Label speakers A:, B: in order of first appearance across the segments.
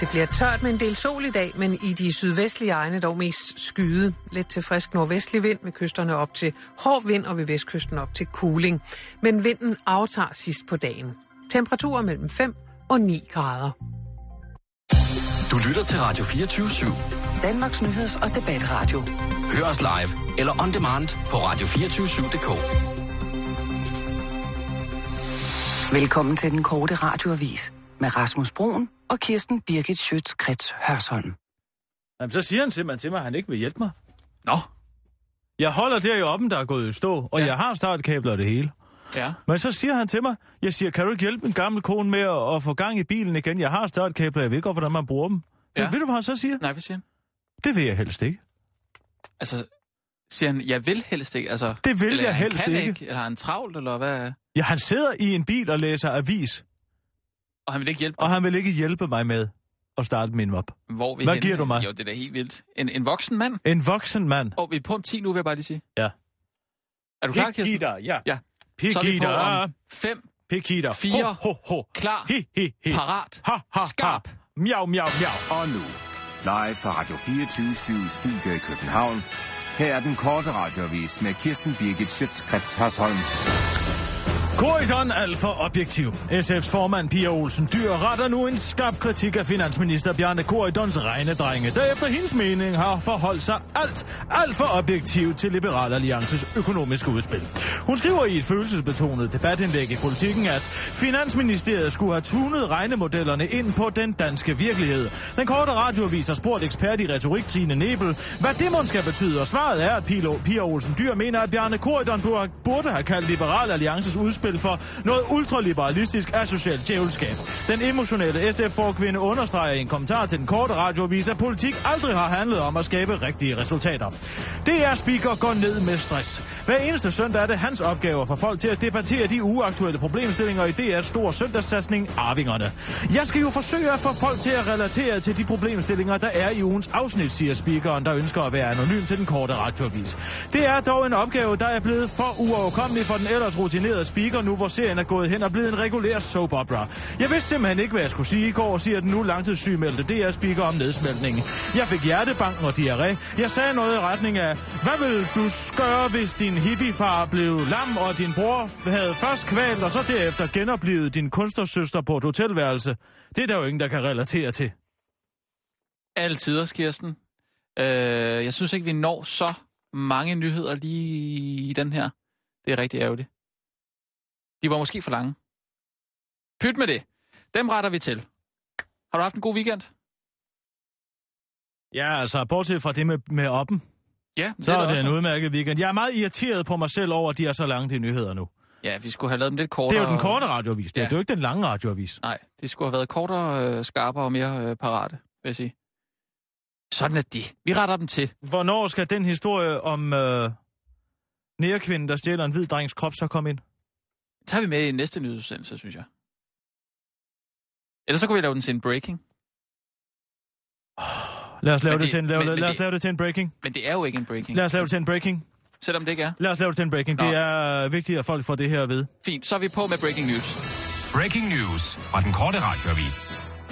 A: Det bliver tørt med en del sol i dag, men i de sydvestlige egne dog mest skyde. Lidt til frisk nordvestlig vind med kysterne op til hård vind og ved vestkysten op til kuling. Men vinden aftager sidst på dagen. Temperaturer mellem 5 og 9 grader.
B: Du lytter til Radio 24 /7.
C: Danmarks Nyheds- og Debatradio.
B: Hør os live eller on demand på radio247.dk.
C: Velkommen til den korte radioavis med Rasmus Broen og Kirsten Birgit Schøtz-Krets Hørsholm.
D: Jamen, så siger han simpelthen til mig, at han ikke vil hjælpe mig.
E: Nå,
D: Jeg holder der jo oppen, der er gået i stå, og
E: Ja.
D: ja. jeg har startkabler og det hele.
E: ja.
D: Men så siger han til mig, jeg siger, kan du ikke hjælpe en gammel kone med at, at få gang i bilen igen? Jeg har startkabler, jeg ved godt, hvordan man bruger dem. Ja.
E: Ja.
D: Men ved du, hvad han så siger?
E: Nej, hvad siger han?
D: Det vil jeg helst ikke.
E: Altså, siger han, jeg vil helst ikke? Altså,
D: Det vil
E: eller
D: jeg
E: han
D: helst
E: kan
D: ikke.
E: Eller har han travlt, eller hvad?
D: Ja, han sidder i en bil og læser avis,
E: Og han vil ikke hjælpe dig.
D: og han vil ikke hjælpe mig med at starte min op.
E: Hvor er vi
D: Hvad
E: henne?
D: giver du mig?
E: Jo, det er da helt vildt. En, en voksen mand.
D: En voksen mand.
E: Og vi er på om 10 nu, vil jeg bare lige sige.
D: Ja.
E: Er du klar, Kirsten?
D: Pegida, ja.
E: Ja. Så er vi på
D: Pegida.
E: om 5,
D: Pegida.
E: Fire.
D: Ho, ho, ho.
E: klar,
D: Hi, hi, hi.
E: parat,
D: Ha, ha,
E: skarp.
D: Ha. Miau, miau, miau.
F: Og nu, live fra Radio 24 Studio i København. Her er den korte radiovis med Kirsten Birgit Schøtzgrads Hasholm.
D: Korridoren alt for objektiv. SF's formand Pia Olsen Dyr retter nu en skarp kritik af finansminister Bjarne Korridons regnedrenge, der efter hendes mening har forholdt sig alt, alt for objektivt til Liberal Alliances økonomiske udspil. Hun skriver i et følelsesbetonet debatindlæg i politikken, at Finansministeriet skulle have tunet regnemodellerne ind på den danske virkelighed. Den korte radioavis har spurgt ekspert i retorik Tine Nebel, hvad det mon skal betyde, og svaret er, at Pilo, Pia Olsen Dyr mener, at Bjarne Korydon burde- burde have kaldt Liberal Alliances udspil for noget ultraliberalistisk asocialt djævelskab. Den emotionelle SF-forkvinde understreger i en kommentar til den korte radioavis, at politik aldrig har handlet om at skabe rigtige resultater. DR Speaker går ned med stress. Hver eneste søndag er det hans opgave for folk til at debattere de uaktuelle problemstillinger i DR's store søndagssatsning Arvingerne. Jeg skal jo forsøge at få folk til at relatere til de problemstillinger, der er i ugens afsnit, siger speakeren, der ønsker at være anonym til den korte radioavis. Det er dog en opgave, der er blevet for uoverkommelig for den ellers rutinerede speaker, nu hvor serien er gået hen og blevet en regulær soap opera. Jeg vidste simpelthen ikke, hvad jeg skulle sige i går, siger den nu langtidssygemeldte DR-speaker om nedsmeltningen. Jeg fik hjertebanken og diarré. Jeg sagde noget i retning af, hvad vil du gøre, hvis din hippiefar blev lam, og din bror havde først kvalt, og så derefter genoplevet din kunstnersøster på et hotelværelse? Det er der jo ingen, der kan relatere til.
E: Altid også, Kirsten. Øh, jeg synes ikke, vi når så mange nyheder lige i den her. Det er rigtig ærgerligt. De var måske for lange. Pyt med det. Dem retter vi til. Har du haft en god weekend?
D: Ja, altså, bortset fra det med, med oppen,
E: Ja,
D: så
E: da
D: er det
E: også-
D: en udmærket weekend. Jeg er meget irriteret på mig selv over, at de er så lange, de nyheder nu.
E: Ja, vi skulle have lavet dem lidt kortere.
D: Det er jo den korte radioavis, det er
E: Ja.
D: jo ikke den lange radioavis.
E: Nej, det skulle have været kortere, øh, skarpere og mere øh, parate, vil jeg sige. Sådan er det. Vi retter dem til.
D: Hvornår skal den historie om øh, nærkvinden, der stjæler en hvid drengs krop, så komme ind?
E: Det tager vi med i næste nyhedsudsendelse, synes jeg. Ellers så kunne vi lave den til en breaking.
D: Lad os lave,
E: Men
D: det,
E: det-
D: til en, lave,
E: men-
D: det-
E: men
D: lad
E: det-
D: os lave det til en breaking.
E: Men det er jo ikke en breaking.
D: Lad os lave det til en breaking.
E: Selvom det ikke er.
D: Lad os lave det til en breaking.
E: Nå.
D: Det er øh, vigtigt, at folk får det her ved.
E: Fint, så er vi på med breaking news.
F: Breaking news fra den korte radiovis.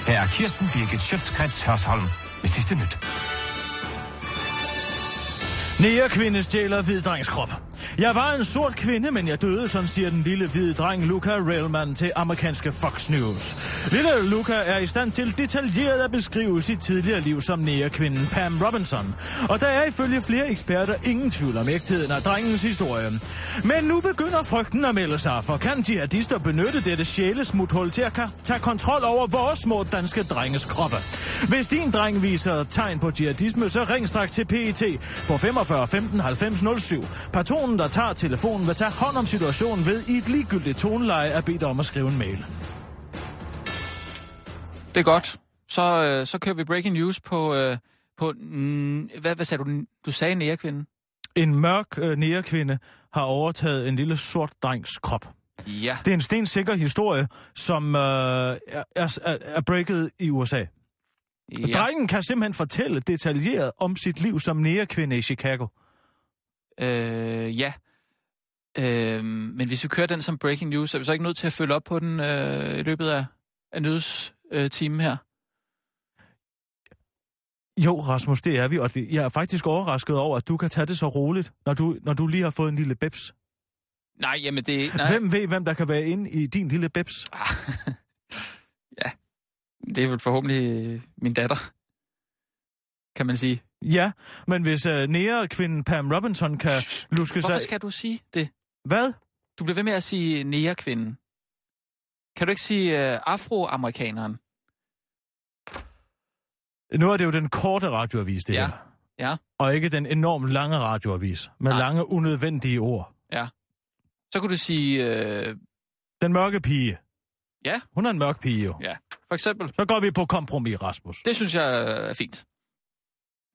F: Her er Kirsten Birgit Schøtzgrads Hasholm med sidste nyt.
D: Nære kvinde stjæler hvid drengs krop. Jeg var en sort kvinde, men jeg døde, sådan siger den lille hvide dreng Luca Railman til amerikanske Fox News. Lille Luca er i stand til detaljeret at beskrive sit tidligere liv som nære kvinden Pam Robinson. Og der er ifølge flere eksperter ingen tvivl om ægtheden af drengens historie. Men nu begynder frygten at melde sig, for kan jihadister benytte dette sjælesmuthul til at ka- tage kontrol over vores små danske drenges kroppe? Hvis din dreng viser tegn på jihadisme, så ring straks til PET på 45 15 90 07. Patronen, der tager telefonen, vil tage hånd om situationen ved i et ligegyldigt toneleje at bede dig om at skrive en mail.
E: Det er godt. Så, øh, så kører vi breaking news på... Øh, på mm, hvad, hvad sagde du? Du sagde nærkvinden.
D: En mørk øh, nærekvinde har overtaget en lille sort drengs krop.
E: Ja.
D: Det er en stensikker historie, som øh, er, er, er- er breaket i USA. Ja.
E: ja.
D: Drengen kan simpelthen fortælle detaljeret om sit liv som nærekvinde i Chicago.
E: Øh, ja. Øh, men hvis vi kører den som breaking news, er vi så ikke nødt til at følge op på den øh, i løbet af, af nyhedstimen øh, timen her?
D: Jo, Rasmus, det er vi, og det, jeg er faktisk overrasket over, at du kan tage det så roligt, når du, når du lige har fået en lille bebs.
E: Nej, jamen det...
D: Nej.
E: Nej.
D: Hvem ved, hvem der kan være inde i din lille bebs?
E: Ah. ja, det er vel forhåbentlig øh, min datter, kan man sige.
D: Ja, men hvis uh, nære kvinden Pam Robinson kan luske
E: Hvorfor
D: sig...
E: skal du sige det?
D: Hvad?
E: Du bliver ved med at sige nærekvinden. Kan du ikke sige øh, afroamerikaneren?
D: Nu er det jo den korte radioavis, det
E: Ja.
D: her.
E: Ja.
D: Og ikke den enormt lange radioavis, med
E: Nej.
D: Nej. lange, unødvendige ord.
E: Så kunne du sige, øh,
D: Den mørke pige.
E: Ja.
D: Hun er en mørk pige, jo.
E: Ja. for eksempel,
D: Så går vi på kompromis, Rasmus.
E: det synes jeg er fint.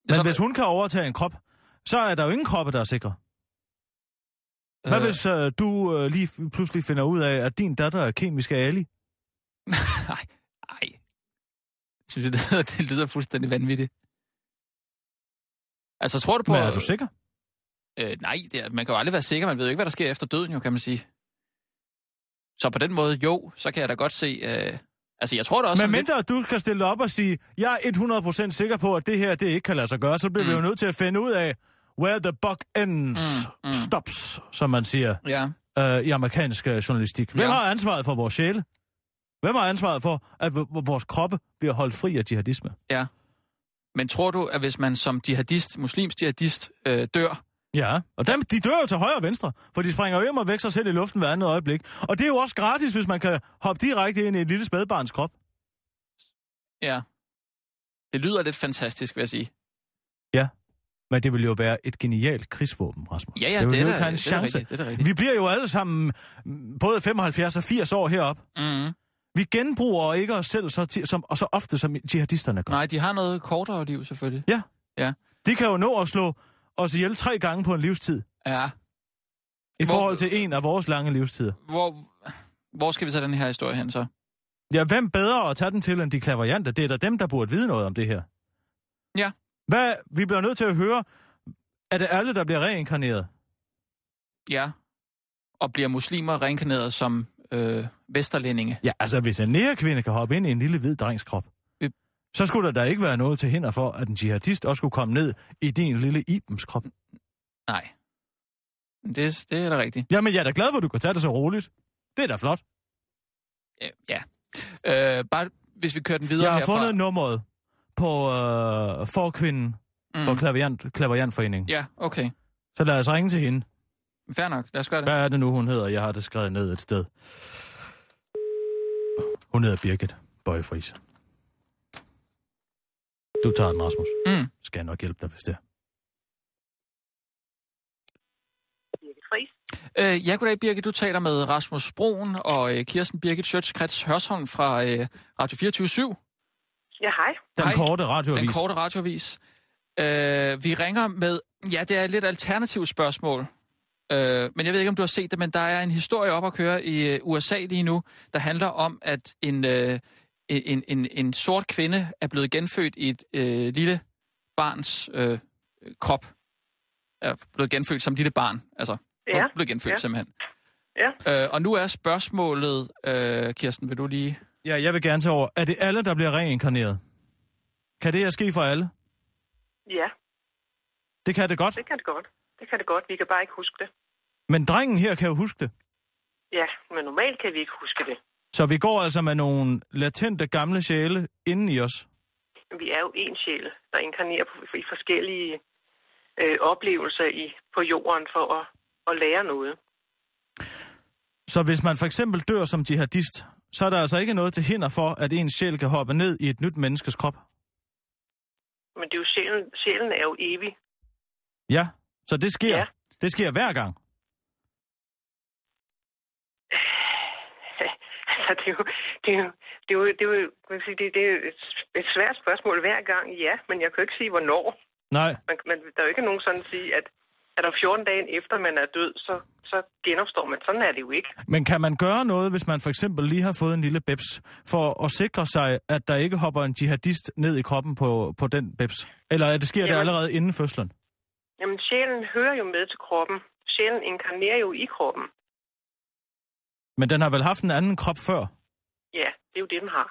D: Men
E: Så-
D: hvis hun kan overtage en krop, så er der jo ingen kroppe, der er sikre. Hvad
E: Øh,
D: hvis øh, du øh, lige f- pludselig finder ud af, at din datter er kemisk Ali?
E: Nej, nej. Jeg synes, det lyder, det lyder fuldstændig vanvittigt. Altså, tror du på...
D: Men er du sikker?
E: Øh, nej, det er, man kan jo aldrig være sikker. Man ved jo ikke, hvad der sker efter døden, jo, kan man sige. Så på den måde, jo, så kan jeg da godt se... Øh, altså, jeg tror da
D: Men
E: også... sådan lidt-
D: mindre at du kan stille dig op og sige, jeg er 100% sikker på, at det her det ikke kan lade sig gøre, så bliver mm. vi jo nødt til at finde ud af, where the buck ends
E: Mm, mm.
D: mm. stops, som man siger
E: Ja,
D: øh, i amerikansk øh, journalistik. Hvem
E: Ja.
D: ja. har ansvaret for vores sjæle? Hvem har ansvaret for, at v- vores kroppe bliver holdt fri af jihadisme?
E: men tror du, at hvis man som jihadist, muslims jihadist, øh, dør...
D: Ja, og dem, de dør jo til højre og venstre, for de springer jo og væk sig selv i luften hver andet øjeblik. Og det er jo også gratis, hvis man kan hoppe direkte ind i et lille spædbarns krop.
E: Ja, det lyder lidt fantastisk, vil jeg sige.
D: Men det vil jo være et genialt krigsvåben, Rasmus.
E: Ja, ja,
D: det
E: det,
D: vil
E: er
D: jo
E: da-
D: ikke have en
E: det, er da
D: chance.
E: rigtigt. Det er da rigtigt.
D: Vi bliver jo alle sammen mm, både 75 og 80 år heroppe.
E: Mm-hmm.
D: Vi genbruger ikke os selv så, ti- som, og så ofte, som jihadisterne gør.
E: Nej, de har noget kortere liv, selvfølgelig.
D: De kan jo nå at slå os ihjel tre gange på en livstid.
E: Ja,
D: I
E: Hvor-
D: forhold til en af vores lange livstider.
E: hvor, hvor skal vi så den her historie hen så?
D: Ja, hvem bedre at tage den til end de klaverianter? Det er da dem, der burde vide noget om det her.
E: Ja.
D: Hvad, vi bliver nødt til at høre, er det alle, der bliver reinkarneret?
E: Ja, og bliver muslimer reinkarneret som øh, vesterlændinge?
D: Ja, altså hvis en nære kvinde kan hoppe ind i en lille hvid drengs krop,
E: Øh.
D: så skulle der da ikke være noget til hinder for, at en jihadist også skulle komme ned i din lille Ibens krop.
E: Nej. Det, det er da rigtigt.
D: Jamen, jeg er da glad for, at du kan tage det så roligt. Det er da flot.
E: Ja, Ja. Øh, bare hvis vi kører den videre
D: Jeg har
E: herfra.
D: fundet nummeret på øh, forkvinden mm. på
E: Mm.
D: klaverant, klaverantforeningen. Ja.
E: Ja, okay.
D: Så lad os ringe til hende.
E: Fair nok. Lad os gøre det.
D: Hvad er det nu, hun hedder? Jeg har det skrevet ned et sted. Hun hedder Birgit Bøjefris. Du tager den, Rasmus.
E: Mm.
D: Skal jeg nok hjælpe dig, hvis det er.
E: Øh, ja, goddag Birgit. Du taler med Rasmus Broen og øh, Kirsten Birgit Sjøtskrets Hørsholm fra øh, Radio 24
G: Ja, hej.
D: Den
E: Hej.
D: korte
E: den
D: radioavis.
E: korte radiovis. Øh, vi ringer med, ja, det er et lidt alternativt spørgsmål. Øh, men jeg ved ikke, om du har set det, men der er en historie op at køre i øh, USA lige nu, der handler om, at en, øh, en, en, en sort kvinde er blevet genfødt i et øh, lille barns øh, krop. Er blevet genfødt som et lille barn, altså. Hun
G: Ja.
E: er blevet genfødt
G: ja.
E: simpelthen.
G: Ja.
E: Øh, og nu er spørgsmålet, øh, Kirsten, vil du lige...
D: Ja, jeg vil gerne tage over. Er det alle, der bliver reinkarneret? Kan det her ske for alle?
G: Ja,
D: Det kan det godt.
G: det kan det godt. Det kan det godt. Vi kan bare ikke huske det.
D: Men drengen her kan jo huske det.
G: Ja, men normalt kan vi ikke huske det.
D: Så vi går altså med nogle latente gamle sjæle inden i os.
G: Vi er jo en sjæl, der inkarnerer på- i forskellige øh, oplevelser i, på jorden for at, at lære noget.
D: Så hvis man for eksempel dør som jihadist, så er der altså ikke noget til hinder for, at ens sjæl kan hoppe ned i et nyt menneskes krop.
G: Men det er jo sjælen, sjælen er jo evig.
D: Ja, så det sker.
G: Ja.
D: Ja. Det sker hver gang.
G: altså, det er jo, det er jo, det er jo, det er jo, man kan sige, det, det er jo et, et svært spørgsmål hver gang, ja, men jeg kan jo ikke sige, hvornår.
D: Nej,
G: Man, man, der er jo ikke nogen sådan at sige, at er der 14 dage efter, man er død, så, så genopstår man. Sådan er det jo ikke.
D: men kan man gøre noget, hvis man for eksempel lige har fået en lille bebs, for at sikre sig, at der ikke hopper en jihadist ned i kroppen på, på den bebs? Eller er det sker det
G: Jamen.
D: allerede inden fødslen?
G: Jamen, sjælen hører jo med til kroppen. Sjælen inkarnerer jo i kroppen.
D: Men den har vel haft en anden krop før?
G: Ja, det er jo det, den har.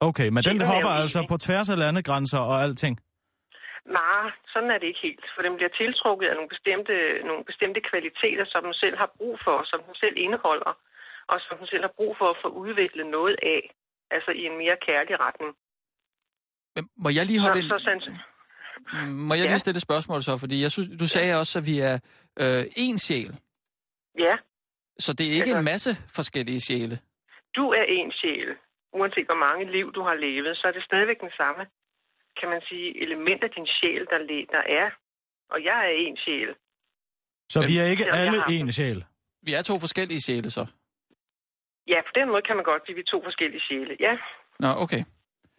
D: Okay, men den
G: Sjælen er
D: hopper
G: jo
D: altså
G: evig.
D: på tværs af landegrænser og alting.
G: Nej, sådan er det ikke helt, for den bliver tiltrukket af nogle bestemte, nogle bestemte kvaliteter, som den selv har brug for, som den selv indeholder, og som den selv har brug for at få udviklet noget af, altså i en mere kærlig retning.
E: Men må jeg lige
G: Så,
E: hoppe ind?
G: så sandt.
E: Mm, Må jeg lige
G: Ja.
E: stille et spørgsmål så? Fordi jeg synes, du sagde også, at vi er øh, én sjæl.
G: Ja,
E: Så det er ikke
G: Altså-
E: en masse forskellige sjæle.
G: du er en sjæl. Uanset hvor mange liv du har levet, så er det stadigvæk den samme, kan man sige, element af din sjæl, der, le- der er. Og jeg er en sjæl.
D: Så vi er ikke
G: Jamen, jeg
D: alle
G: har-
D: en sjæl.
E: Vi er to forskellige sjæle så.
G: Ja, på den måde kan man godt sige, at vi er to forskellige sjæle. Ja, det
E: Nå, okay.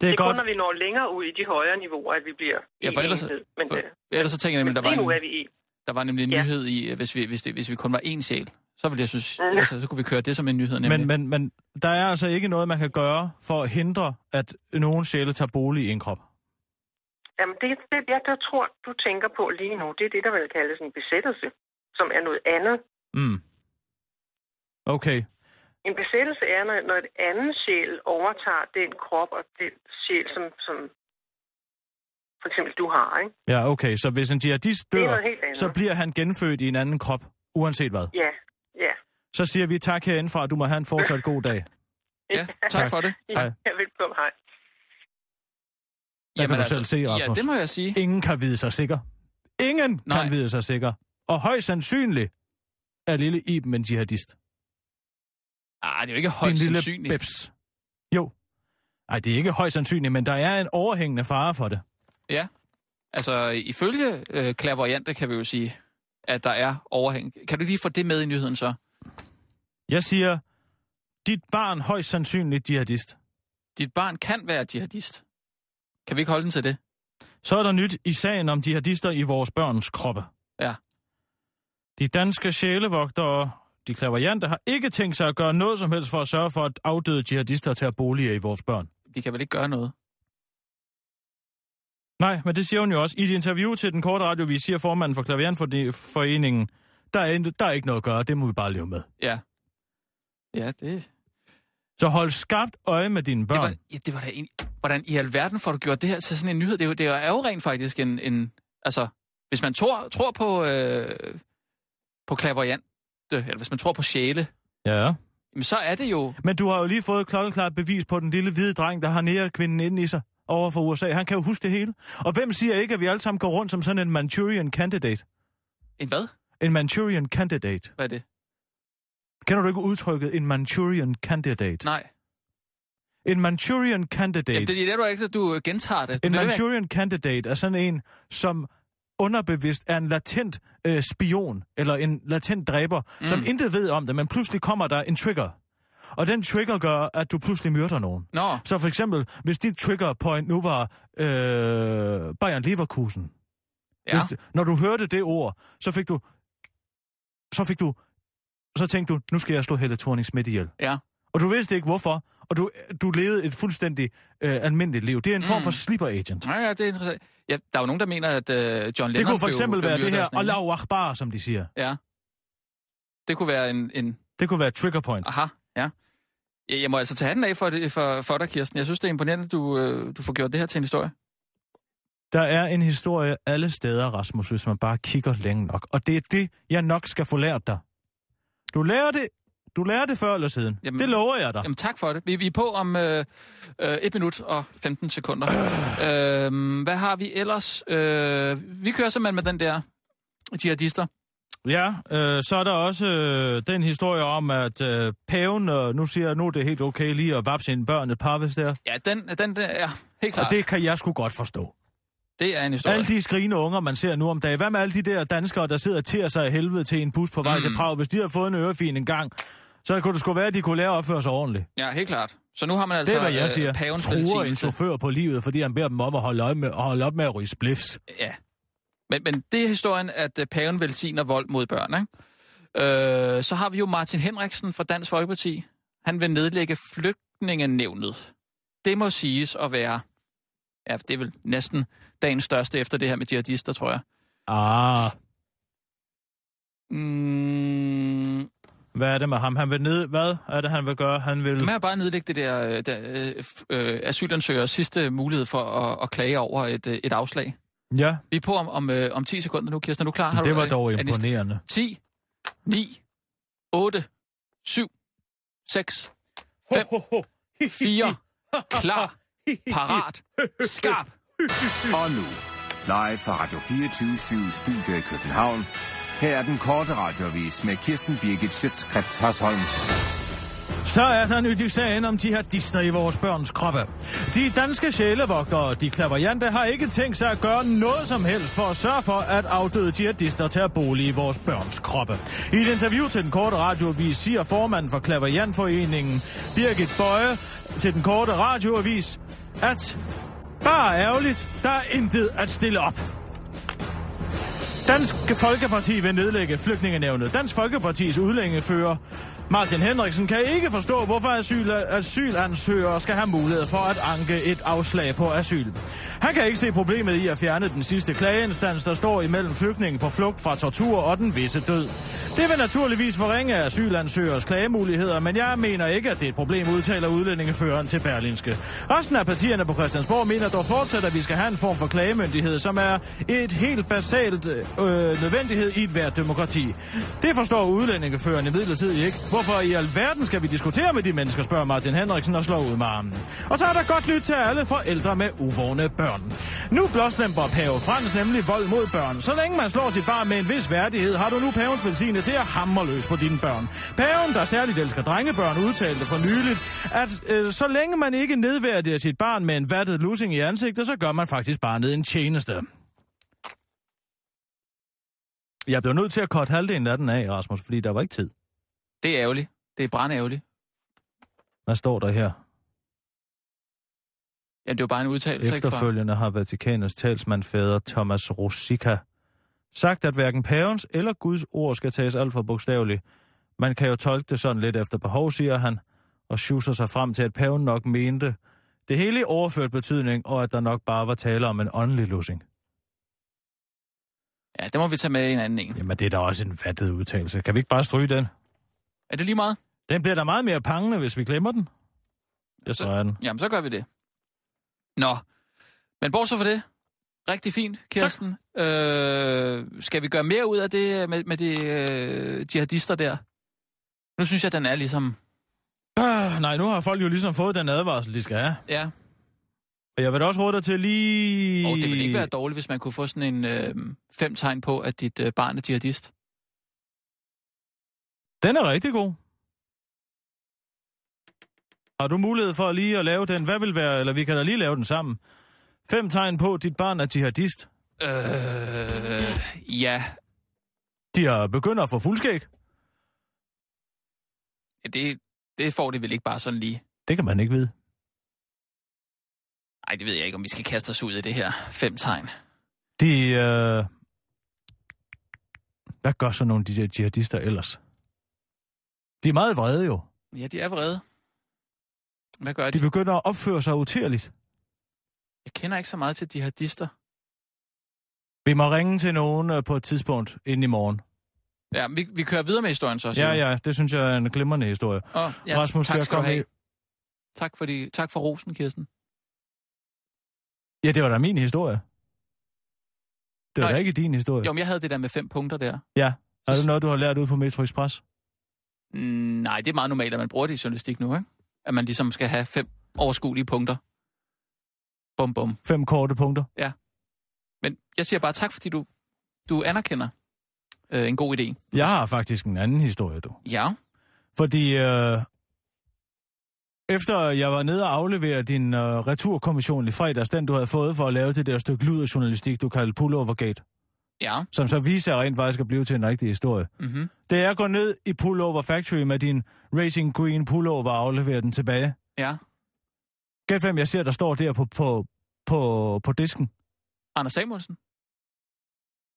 D: Det
G: er,
D: er
G: kun,
D: godt.
G: når vi når længere ud i de højere niveauer, at vi bliver
E: Ja, for
G: en
E: ellers-
G: enhed. Men,
E: For,
G: øh,
E: ellers så tænker jeg
G: men
E: nemlig, der var
G: lige nu er
E: en,
G: vi en.
E: der var nemlig en
G: Ja.
E: nyhed i, øh, hvis vi, hvis, det, hvis vi kun var én sjæl. Så ville jeg synes,
G: Mm.
E: altså, så kunne vi køre det som en nyhed nemlig.
D: Men, men, men der er altså ikke noget, man kan gøre for at hindre, at nogen sjæle tager bolig i en krop.
G: Jamen, det, det jeg der tror, du tænker på lige nu, det er det, der vil kaldes en besættelse, som er noget andet.
D: Mm. Okay.
G: En besættelse er, når, når et andet sjæl overtager den krop og den sjæl, som, som for eksempel du har, ikke?
D: Ja, okay. Så hvis en jihadist
G: Det er
D: dør,
G: noget helt andet.
D: så bliver han genfødt i en anden krop, uanset hvad.
G: Ja, ja.
D: Så siger vi tak herindefra, du må have en fortsat god dag.
E: Ja, tak for det.
D: Hej.
G: Ja, velkommen, hej.
D: kan du selv se,
E: altså, Ja,
D: Rasmus.
E: det må jeg sige.
D: Ingen kan vide sig sikker. Ingen Nej.
E: Nej.
D: kan vide sig sikker. Og højst sandsynligt er lille Iben en jihadist.
E: Ah, det er jo ikke
D: Din
E: højst
D: lille
E: sandsynligt.
D: beps. Jo. Nej, det er ikke højst sandsynligt, men der er en overhængende fare for det.
E: Altså, ifølge øh, klaveriante kan vi jo sige, at der er overhæng. Kan du lige få det med i nyheden så?
D: Jeg siger, dit barn højst sandsynligt jihadist.
E: Dit barn kan være jihadist. Kan vi ikke holde den til det?
D: Så er der nyt i sagen om jihadister i vores børns kroppe.
E: Ja.
D: De danske sjælevogtere, de klaverjante, har ikke tænkt sig at gøre noget som helst for at sørge for, at afdøde jihadister tager boliger i vores børn.
E: De kan vel ikke gøre noget?
D: Nej, men det siger hun jo også. I et interview til den korte radiovis siger formanden for Klaverjantforeningen, der er, intet- der er ikke noget at gøre, det må vi bare leve med.
E: Ja. Ja, det...
D: Så hold skarpt øje med dine
E: Det
D: børn.
E: var, ja, det var da en, hvordan i alverden får du gjort det her til sådan en nyhed? Det er jo, det er jo rent faktisk en, en... Altså, hvis man tror, tror på, øh, på klaveriant, eller hvis man tror på sjæle,
D: Ja.
E: jamen, så er det jo...
D: Men du har jo lige fået et klokkeklart bevis på den lille hvide dreng, der har nære kvinden inde i sig over for USA. Han kan jo huske det hele. Og hvem siger ikke, at vi alle sammen går rundt som sådan en Manchurian candidate?
E: En hvad?
D: En Manchurian candidate.
E: Hvad er det?
D: Kender du ikke udtrykket en Manchurian candidate?
E: Nej.
D: En Manchurian candidate.
E: Jamen, det er det, du ikke, at du øh, gentager det.
D: En
E: Det er det,
D: Manchurian candidate er sådan en, som underbevidst er en latent øh, spion, eller en latent dræber, mm. som intet ved om det, men pludselig kommer der en trigger. Og den trigger gør, at du pludselig myrder nogen.
E: Nå,
D: Så for eksempel, hvis dit trigger point nu var øh, Bayern Leverkusen.
E: ja.
D: Hvis, når du hørte det ord, så fik du... Så fik du... Så tænkte du, nu skal jeg slå Helle Thorning Schmidt ihjel.
E: Ja.
D: Og du vidste ikke hvorfor, og du, du levede et fuldstændig øh, almindeligt liv. Det er en form
E: Mm.
D: for sleeper agent.
E: Nej, ja, det er interessant. Ja, der er jo nogen, der mener, at øh, John Lennon
D: Det kunne for
E: blev-
D: eksempel
E: blev
D: være det
E: myrdet
D: her,
E: af sådan en-
D: Allahu Akbar, som de siger.
E: Ja. Det kunne være en... en
D: Det kunne være et trigger point.
E: aha, ja. Ja, Jeg må altså tage den af for, det, for, for dig, Kirsten. Jeg synes, det er imponerende, at du, øh, du får gjort det her til en historie.
D: Der er en historie alle steder, Rasmus, hvis man bare kigger længe nok. Og det er det, jeg nok skal få lært dig. Du lærer det, du lærer det før eller siden.
E: Jamen-
D: Jamen, det lover jeg dig. Jamen,
E: Jamen tak for det. Vi, vi er på om øh, øh, 1 minut og 15 sekunder. øh, hvad har vi ellers? Øh, vi kører simpelthen med den der jihadister.
D: ja, øh, så er der også øh, den historie om, at øh, paven, øh, nu siger jeg, nu er det helt okay lige at vapse sine børn et par, hvis det er.
E: Ja, den, den der, ja, helt klart.
D: Og det kan jeg sgu godt forstå.
E: det er en historie.
D: Alle de skrigende unger, man ser nu om dagen. Hvad med alle de der danskere, der sidder og tærer sig i helvede til en bus på vej mm. til Prag? Hvis de har fået en ørefin en gang, så kunne det sgu være, at de kunne lære at opføre sig ordentligt.
E: Ja, helt klart. Så nu har man
D: Det
E: altså
D: er, hvad jeg siger.
E: Øh, pavens
D: Truer en
E: velsignelse.
D: chauffør på livet, fordi han beder dem om at holde, øje med, at holde op med at ryge spliffs.
E: Ja. Men, men det er historien, at øh, paven velsigner vold mod børn, ikke? Øh, så har vi jo Martin Henriksen fra Dansk Folkeparti. Han vil nedlægge flygtningenævnet. Det må siges at være... Ja, det er vel næsten dagens største efter det her med jihadister, tror jeg.
D: Ah,
E: Mm,
D: hvad er det med ham? Han vil ned... Hvad er det, han vil gøre? Han vil...
E: man har bare nedlægge det der, øh, der øh, f- øh, asylansøgers sidste mulighed for at, at klage over et, øh, et afslag.
D: Ja,
E: Vi er på om, om, øh, om 10 sekunder nu, Kirsten. Er du klar? Har
D: det
E: du,
D: var dog
E: er det-
D: imponerende.
E: 10, 9, 8, 7, 6, 5, 4, klar, parat, skarp.
F: Og nu, live fra Radio 24 Studio i København. Her er den korte radiovis med Kirsten Birgit Schøtzgrads Hasholm.
D: Så er der nyt i sagen om jihadister i vores børns kroppe. De danske sjælevogtere og de klaverjante har ikke tænkt sig at gøre noget som helst for at sørge for, at afdøde jihadister tager bolig i vores børns kroppe. I et interview til den korte radioavis siger formanden for klaverjantforeningen Birgit Bøje til den korte radioavis, at bare ærgerligt, der er intet at stille op. Dansk Folkeparti vil nedlægge flygtningenevnet. Dansk Folkepartis udlængefører Martin Henriksen kan ikke forstå, hvorfor asyl, asylansøgere skal have mulighed for at anke et afslag på asyl. Han kan ikke se problemet i at fjerne den sidste klageinstans, der står imellem flygtningen på flugt fra tortur og den visse død. Det vil naturligvis forringe asylansøgers klagemuligheder, men jeg mener ikke, at det er et problem, udtaler udlændingeføreren til Berlinske. Resten af partierne på Christiansborg mener dog fortsat, at vi skal have en form for klagemyndighed, som er et helt basalt øh, nødvendighed i et hvert demokrati. Det forstår udlændingeføreren imidlertid ikke. Hvorfor i alverden skal vi diskutere med de mennesker, spørger Martin Henriksen og slår ud med armen. Og så er der godt nyt til alle forældre med uvågne børn. Nu blåstemper Pave Frans nemlig vold mod børn. Så længe man slår sit barn med en vis værdighed, har du nu pavens velsigne til at hamre løs på dine børn. Paven, der særligt elsker drengebørn, udtalte for nyligt, at øh, så længe man ikke nedværdiger sit barn med en vattet lussing i ansigtet, så gør man faktisk barnet en tjeneste. Jeg blev nødt til at korte halvdelen af den af, Rasmus, fordi der var ikke tid.
E: Det er ærgerligt. Det er brandærgerligt.
D: Hvad står der her?
E: Jamen, det var bare en udtalelse, ikke fra...
D: Efterfølgende har Vatikanets talsmand fader Thomas Rosica sagt, at hverken pavens eller Guds ord skal tages alt for bogstaveligt. Man kan jo tolke det sådan lidt efter behov, siger han, og schusser sig frem til, at paven nok mente det hele i overført betydning, og at der nok bare var tale om en åndelig lussing.
E: Ja, det må vi tage med i en anden en.
D: Jamen, det er da også en vattet udtalelse. Kan vi ikke bare stryge den?
E: Er det lige meget?
D: Den bliver da meget mere pangende, hvis vi glemmer den. Jeg stryger den.
E: Jamen, så gør vi det. Nå, men bortset for det, rigtig fint, Kirsten. Øh, skal vi gøre mere ud af det med, med de øh, jihadister der? Nu synes jeg, den er ligesom...
D: Øh, nej, nu har folk jo ligesom fået den advarsel, de skal have.
E: Ja,
D: Og jeg vil da også råde dig til lige...
E: og det ville ikke være dårligt, hvis man kunne få sådan en øh, fem tegn på, at dit øh, barn er jihadist.
D: Den er rigtig god. Har du mulighed for lige at lave den? Hvad vil være, eller vi kan da lige lave den sammen. Fem tegn på, at dit barn er jihadist.
E: Øh, ja,
D: De har begynder at få fuldskæg.
E: det, det får det vel ikke bare sådan lige.
D: Det kan man ikke vide.
E: Nej, det ved jeg ikke, om vi skal kaste os ud af det her fem tegn.
D: De, øh... Hvad gør så nogle af de der jihadister ellers? De er meget vrede jo.
E: Ja, de er vrede. Hvad gør
D: De
E: de?
D: begynder at opføre sig utærligt.
E: Jeg kender ikke så meget til jihadister.
D: Vi må ringe til nogen øh, på et tidspunkt inden i morgen.
E: Ja, vi, vi kører videre med historien så.
D: Ja, ja, det synes jeg er en glimrende historie.
E: Og,
D: Rasmus,
E: ja, Rasmus, tak
D: jeg
E: skal du
D: kom i-
E: have. Tak for, de, tak for rosen, Kirsten.
D: Ja, det var da min historie. Det var
E: Nå,
D: da ikke din historie.
E: Jo, men jeg havde det der med fem punkter der.
D: Ja. Er det noget, du har lært ud på Metro Express?
E: Mm, nej, det er meget normalt, at man bruger det i journalistik nu, ikke? At man ligesom skal have fem overskuelige punkter. Bum, bum.
D: Fem korte punkter.
E: Men jeg siger bare tak, fordi du, du anerkender øh, en god idé.
D: Jeg har faktisk en anden historie, du.
E: Ja,
D: Fordi øh, efter jeg var nede og aflevere din øh, returkommission i fredags, den du havde fået for at lave det der stykke lyd og journalistik, du kaldte Pullovergate,
E: ja.
D: som så viser rent faktisk at blive til en rigtig historie.
E: Mm-hmm.
D: Da jeg går ned i Pullover Factory med din Racing Green Pullover og afleverer den tilbage,
E: Ja.
D: gæt hvem jeg ser, der står der på, på, på, på disken.
E: Anders Samuelsen.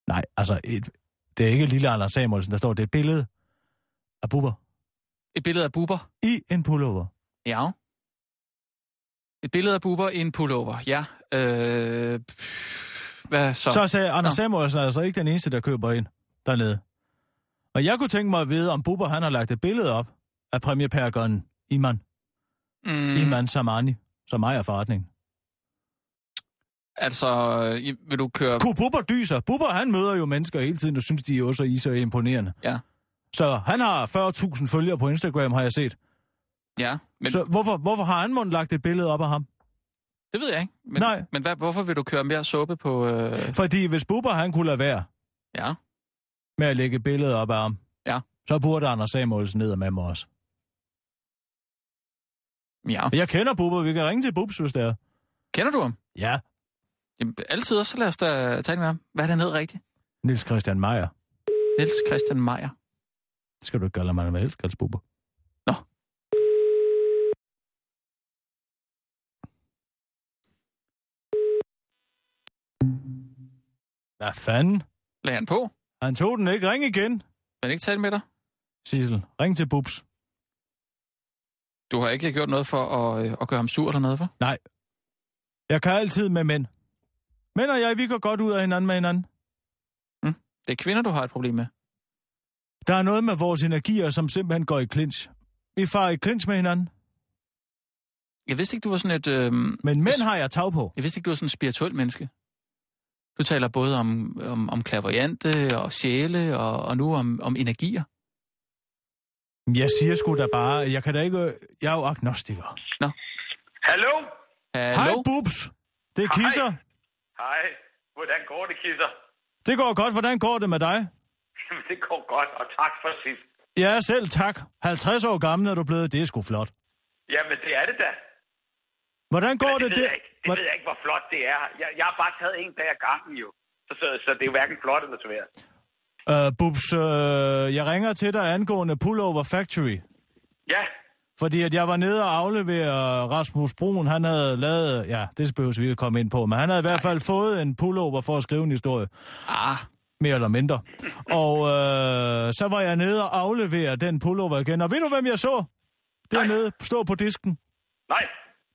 D: Nej, altså, et, det er ikke lille Anders Samuelsen, der står, det er et billede af Bubber.
E: Et billede af buber.
D: i en pullover.
E: Ja. Et billede af buber i en pullover. Ja. Øh, pff, hvad så?
D: Så, så sagde Anders
E: Nå.
D: Samuelsen er altså ikke den eneste, der køber en dernede. Og jeg kunne tænke mig at vide, om Bubber han har lagt et billede op af præmieperkeren Iman,
E: mm,
D: mm. Iman Samani, som ejer forretningen.
E: Altså, øh, vil du køre...
D: Kunne Bubber dyser? Bubber, han møder jo mennesker hele tiden, og synes, de er også i så imponerende.
E: Ja.
D: Så han har 40.000 følgere på Instagram, har jeg set.
E: Ja, men
D: Men... Så hvorfor, hvorfor har han måtte lagt et billede op af ham?
E: det ved jeg ikke. Men,
D: Nej.
E: Men hvad, hvorfor vil du køre mere suppe på... Øh...
D: Fordi hvis Bubber, han kunne lade være
E: Ja,
D: med at lægge et billede op af ham,
E: Ja.
D: så burde Anders Samuelsen ned med mig også.
E: ja.
D: Jeg kender Bubber, vi kan ringe til Bubs, hvis det er.
E: Kender du ham?
D: Ja,
E: Jamen, altid også, så lad os da tale med ham. Hvad er det, han hed rigtigt?
D: Nils Christian Meier.
E: Niels Christian Meier.
D: Det skal du ikke kalde mig, med elsker hans Bubber. Hvad fanden?
E: Lad han på.
D: Han tog den ikke. Ring igen,
E: Vil han ikke tale med dig?
D: Sissel. Ring til Bubs.
E: Du har ikke gjort noget for at, øh, at gøre ham sur eller noget, for?
D: Nej. Jeg kan altid med mænd. Mænd og jeg, vi går godt ud af hinanden med hinanden.
E: Det er kvinder, du har et problem med.
D: Der er noget med vores energier, som simpelthen går i clinch. Vi farer i clinch med hinanden,
E: Jeg vidste ikke, du var sådan et... Øh...
D: men mænd har jeg tag på.
E: Jeg vidste ikke, du var sådan et spirituelt menneske. Du taler både om, om, om klaverjante og sjæle, og, og nu om, om energier.
D: Jeg siger sgu da bare, jeg kan da ikke... øh, Jeg er jo agnostiker.
H: Hallo?
D: Hej,
E: Hallo?
D: Bubs! Det er
H: Hej.
D: Kisser.
H: Hej. Hvordan går det, Kisser?
D: Det går godt. Hvordan går det med dig?
H: Jamen, det går godt, og tak for sidst.
D: Ja, selv tak. 50 år gammel er du blevet. Det er sgu flot.
H: Jamen, det er det da.
D: Hvordan går det?
H: det, ved jeg ikke. det ved jeg ikke, hvor flot det er. Jeg, jeg har bare taget en dag ad gangen jo. Så, så, så det er jo hverken flot eller svært.
D: Uh, Bubs, øh, jeg ringer til dig angående Pullover Factory.
H: Ja,
D: Fordi at jeg var nede og aflevere Rasmus Brun, han havde lavet, ja, det behøver vi ikke komme ind på, men han havde i hvert fald fået en pullover for at skrive en historie.
E: Ah,
D: mere eller mindre. Og øh, så var jeg nede og aflevere den pullover igen. Og ved du, hvem jeg så? Dernede, stå på disken.
H: nej,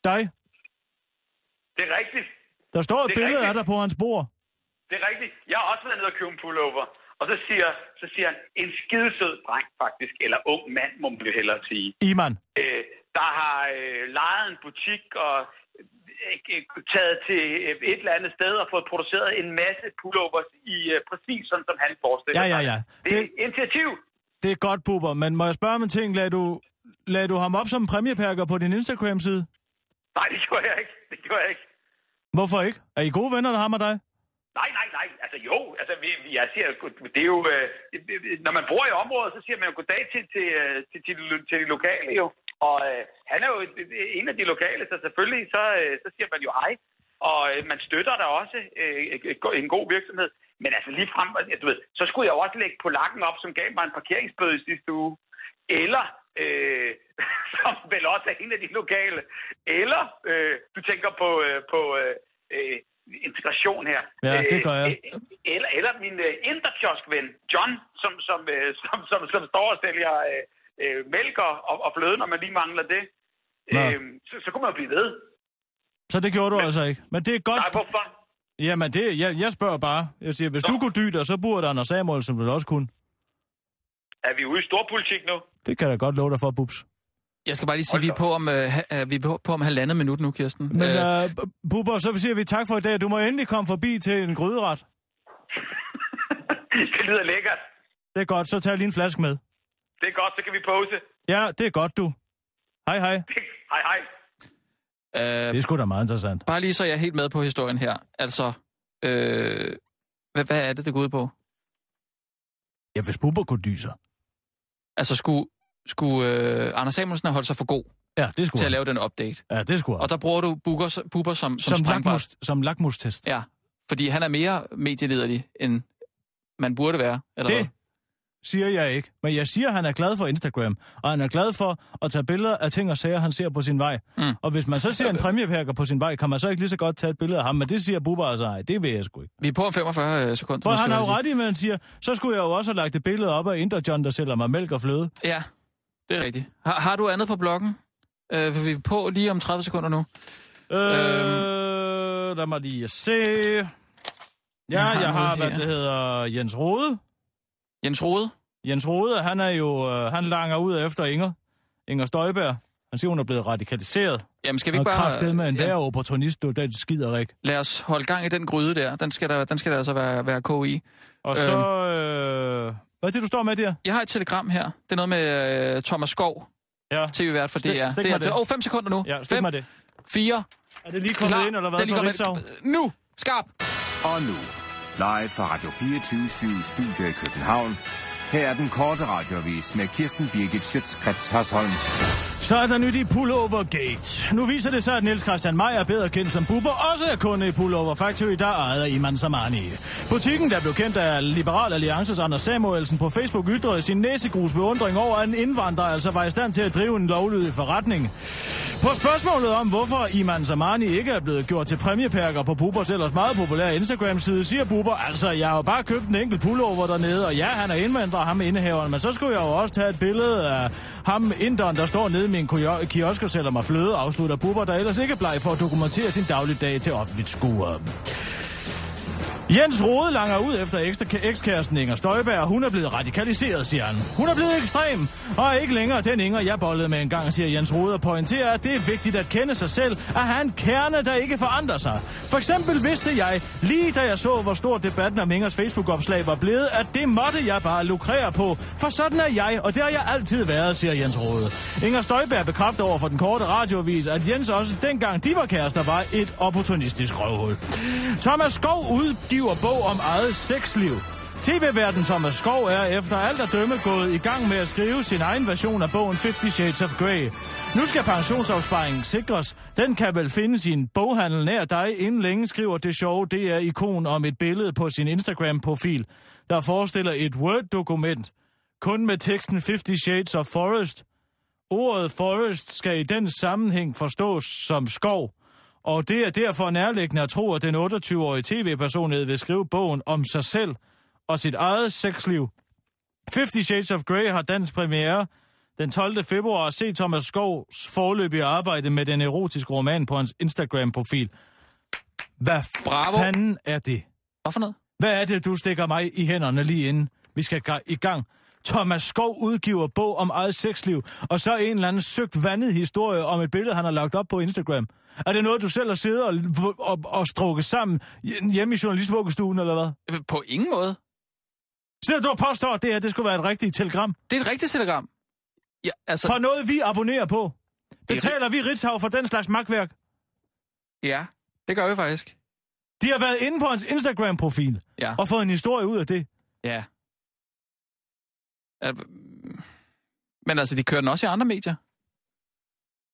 D: Dig.
H: det er rigtigt.
D: Der står et
H: Det er
D: billede af dig
H: rigtigt.
D: på hans bord.
H: Det er rigtigt. Jeg har også været nede og købe en pullover. Og så siger, så siger han, en skidesød dreng faktisk, eller ung mand, må man jo hellere sige.
D: Iman.
H: øh, der har øh, lejet en butik og øh, øh, taget til øh, et eller andet sted og fået produceret en masse pullovers i øh, præcis sådan, som han forestiller
D: Ja, ja,
H: sig.
D: ja.
H: Det er
D: Det-
H: et initiativ.
D: Det er godt, Bubber, men må jeg spørge om en ting? Lad du, lad du ham op som præmiepærker på din Instagram-side?
H: Nej, det gjorde jeg ikke. Det gjorde jeg ikke.
D: Hvorfor ikke? Er I gode venner, der ham og dig?
H: Nej, nej, nej. Altså jo, altså vi, vi- jeg siger, god- det er jo, øh, det- når man bor i området, så siger man jo goddag til, til, øh, til, til, de lo- til de lokale jo. Og øh, han er jo et- et- en af de lokale, så selvfølgelig, så, øh, så siger man jo hej. Og øh, man støtter da også øh, et go- en god virksomhed. Men altså lige frem, du ved, så skulle jeg jo også lægge på lakken op, som gav mig en parkeringsbøde i sidste uge. Eller, øh, som vel også er en af de lokale. Eller, øh, du tænker på, øh, på øh, øh, integration her.
D: Ja, det gør jeg.
H: Øh, eller, eller min øh, interkioskven, John, som, som, øh, som, som, som står og sælger øh, øh, mælk og, og- og fløde, når man lige mangler det.
D: Nå.
H: Øh, så, så kunne man jo blive ved.
D: Så det gjorde du altså ikke. Men det er godt.
H: Nej, hvorfor?
D: Jamen, det, jeg, jeg spørger bare. Jeg siger, hvis
H: Nå.
D: du kunne dyde dig, så burde Anders Samuelsen vel også kunne.
H: Er vi ude i storpolitik nu?
D: Det kan jeg da godt love dig for, Bubs.
E: jeg skal bare lige sige,
H: Hold
E: vi er
H: da
E: på om, øh, ha- øh, vi er på, på om halvandet minut nu, Kirsten.
D: Men
E: Øh,
D: øh, B- Bubber, så siger vi tak for i dag. Du må endelig komme forbi til en gryderet.
H: det lyder lækkert.
D: Det er godt, så tag lige en flaske med.
H: Det er godt, så kan vi pose.
D: Ja, det er godt, du. Hej, hej.
H: hej, hej.
E: øh,
D: Det er sgu da meget interessant.
E: Bare lige så jeg er helt med på historien her. Altså, øh, hvad, hvad er det, det går ud på?
D: Ja, hvis Bubber kunne dyse.
E: Altså, skulle, skulle øh, Anders Samuelsen have holdt sig for god
D: Ja, det skulle
E: til
D: han.
E: at lave den update?
D: Ja, det skulle
E: Og
D: han.
E: der bruger du buber, som, buber som, som,
D: Som,
E: som
D: lakmus, som lakmustest.
E: Ja, fordi han er mere medielederlig, end man burde være, eller hvad?
D: Det siger jeg ikke. Men jeg siger, at han er glad for Instagram. Og han er glad for at tage billeder af ting og sager, han ser på sin vej.
E: Mm.
D: Og hvis man så ser en præmiepærker på sin vej, kan man så ikke lige så godt tage et billede af ham. Men det siger Bubber altså, ej, det vil jeg sgu ikke.
E: Vi er på om 45 øh, sekunder.
D: For
E: nu skal
D: han har jo
E: jeg lige
D: ret i, hvad han siger. Så skulle jeg jo også have lagt et billede op af Indre John, der sælger mig mælk og fløde.
E: sige. Ja, det er rigtigt. Har, har du andet på bloggen? Øh, for vi er på lige om 30 sekunder nu.
D: Øh, lad mig lige se. Ja,
E: Øhm. har
D: jeg har,
E: noget
D: hvad
E: her.
D: det hedder, Jens Rode.
E: Jens Rode?
D: Jens Rode, han er jo, øh, han langer ud efter Inger. Inger Støjberg. Han siger, hun er blevet radikaliseret.
E: Jamen, skal
D: Vi
E: vi
D: og
E: ikke bare...
D: kraftedeme med en
E: ja,
D: værre opportunist, du den skider ikke.
E: lad os holde gang i den gryde der. Den skal der, den skal der altså være, være kog i.
D: Og
E: Øhm.
D: så... Øh... Hvad er det, du står med der?
E: Jeg har et telegram her. Det er noget med øh, Thomas Skov,
D: Ja.
E: tv-vært for DR.
D: Stik-
E: Det
D: stik
E: er
D: mig
E: til...
D: det.
E: Åh, oh, fem sekunder nu.
D: Ja, stik
E: fem,
D: mig det.
E: fire,
D: Er det lige kommet
E: klar.
D: ind, eller hvad?
E: Det er lige
D: fra Ritzau?
E: kommet ind. Nu! Skarp!
F: Og nu, live fra Radio 24 Studio i København. Her er den korte radiovis med Kirsten Birgit Schøtzgrads Hasholm.
D: Så er der nyt i Pullover Gate. Nu viser det sig, at Niels Christian Meyer, bedre kendt som Bubber, også er kunde i Pullover Factory, der er ejet af Iman Samani. Butikken, der blev kendt af Liberal Alliances Anders Samuelsen på Facebook, ytrede sin næsegrus beundring over, at en indvandrer altså var i stand til at drive en lovlydig forretning. På spørgsmålet om, hvorfor Iman Samani ikke er blevet gjort til præmiepærker på Bubbers ellers meget populære Instagram-side, siger Bubber, altså, jeg har jo bare købt en enkelt pullover dernede, og ja, han er indvandrer, ham indehaveren, men så skulle jeg jo også tage et billede af ham inderen, der står nede i min kujo- kiosk og sælger mig fløde, afslutter Bubber, der ellers ikke er bleg for at dokumentere sin dagligdag til offentligt skuer. Jens Rode langer ud efter ekstra- ekskæresten Inger Støjberg. Hun er blevet radikaliseret, siger han. Hun er blevet ekstrem, og er ikke længere den Inger, jeg bollede med engang, siger Jens Rode og pointerer, at det er vigtigt at kende sig selv, at have en kerne, der ikke forandrer sig. For eksempel vidste jeg, lige da jeg så, hvor stor debatten om Ingers Facebook-opslag var blevet, at det måtte jeg bare lukrere på, for sådan er jeg, og det har jeg altid været, siger Jens Rode. Inger Støjberg bekræfter over for den korte radioavis, at Jens også dengang de var kærester, var et opportunistisk røvhul. Thomas Skov udgiver bog om eget sexliv. TV-verden Thomas Skov er efter alt at dømme gået i gang med at skrive sin egen version af bogen 50 Shades of Grey. Nu skal pensionsopsparingen sikres. Den kan vel finde sin boghandel nær dig, inden længe skriver det sjove DR-ikon om et billede på sin Instagram-profil, der forestiller et Word-dokument, kun med teksten 50 Shades of Forest. Ordet forest skal i den sammenhæng forstås som skov, og det er derfor nærliggende at tro, at den 28-årige tv-personlighed vil skrive bogen om sig selv og sit eget sexliv. 50 Shades of Grey har dansk premiere den 12. februar og se Thomas Skovs forløbige arbejde med den erotiske roman på hans Instagram-profil. Hvad
E: Bravo.
D: fanden er det?
E: Hvad for noget?
D: Hvad er det, du stikker mig i hænderne lige inden vi skal ga- i gang? Thomas Skov udgiver bog om eget sexliv, og så en eller anden søgt vandet historie om et billede, han har lagt op på Instagram. Er det noget, du selv har siddet og, og, og strukket sammen hj- hjemme i journalistvuggestuen, eller hvad?
E: Øh, På ingen måde.
D: Sidder du og påstår, at det her det skulle være et rigtigt telegram?
E: Det er et rigtigt telegram. Ja, altså,
D: For noget, vi abonnerer på.
E: Det er
D: Betaler vi Ritzau for den slags magtværk?
E: ja, det gør vi faktisk.
D: De har været inde på hans Instagram-profil
E: Ja.
D: og fået en historie ud af det.
E: Ja. Al- Men altså, de kører den også i andre medier.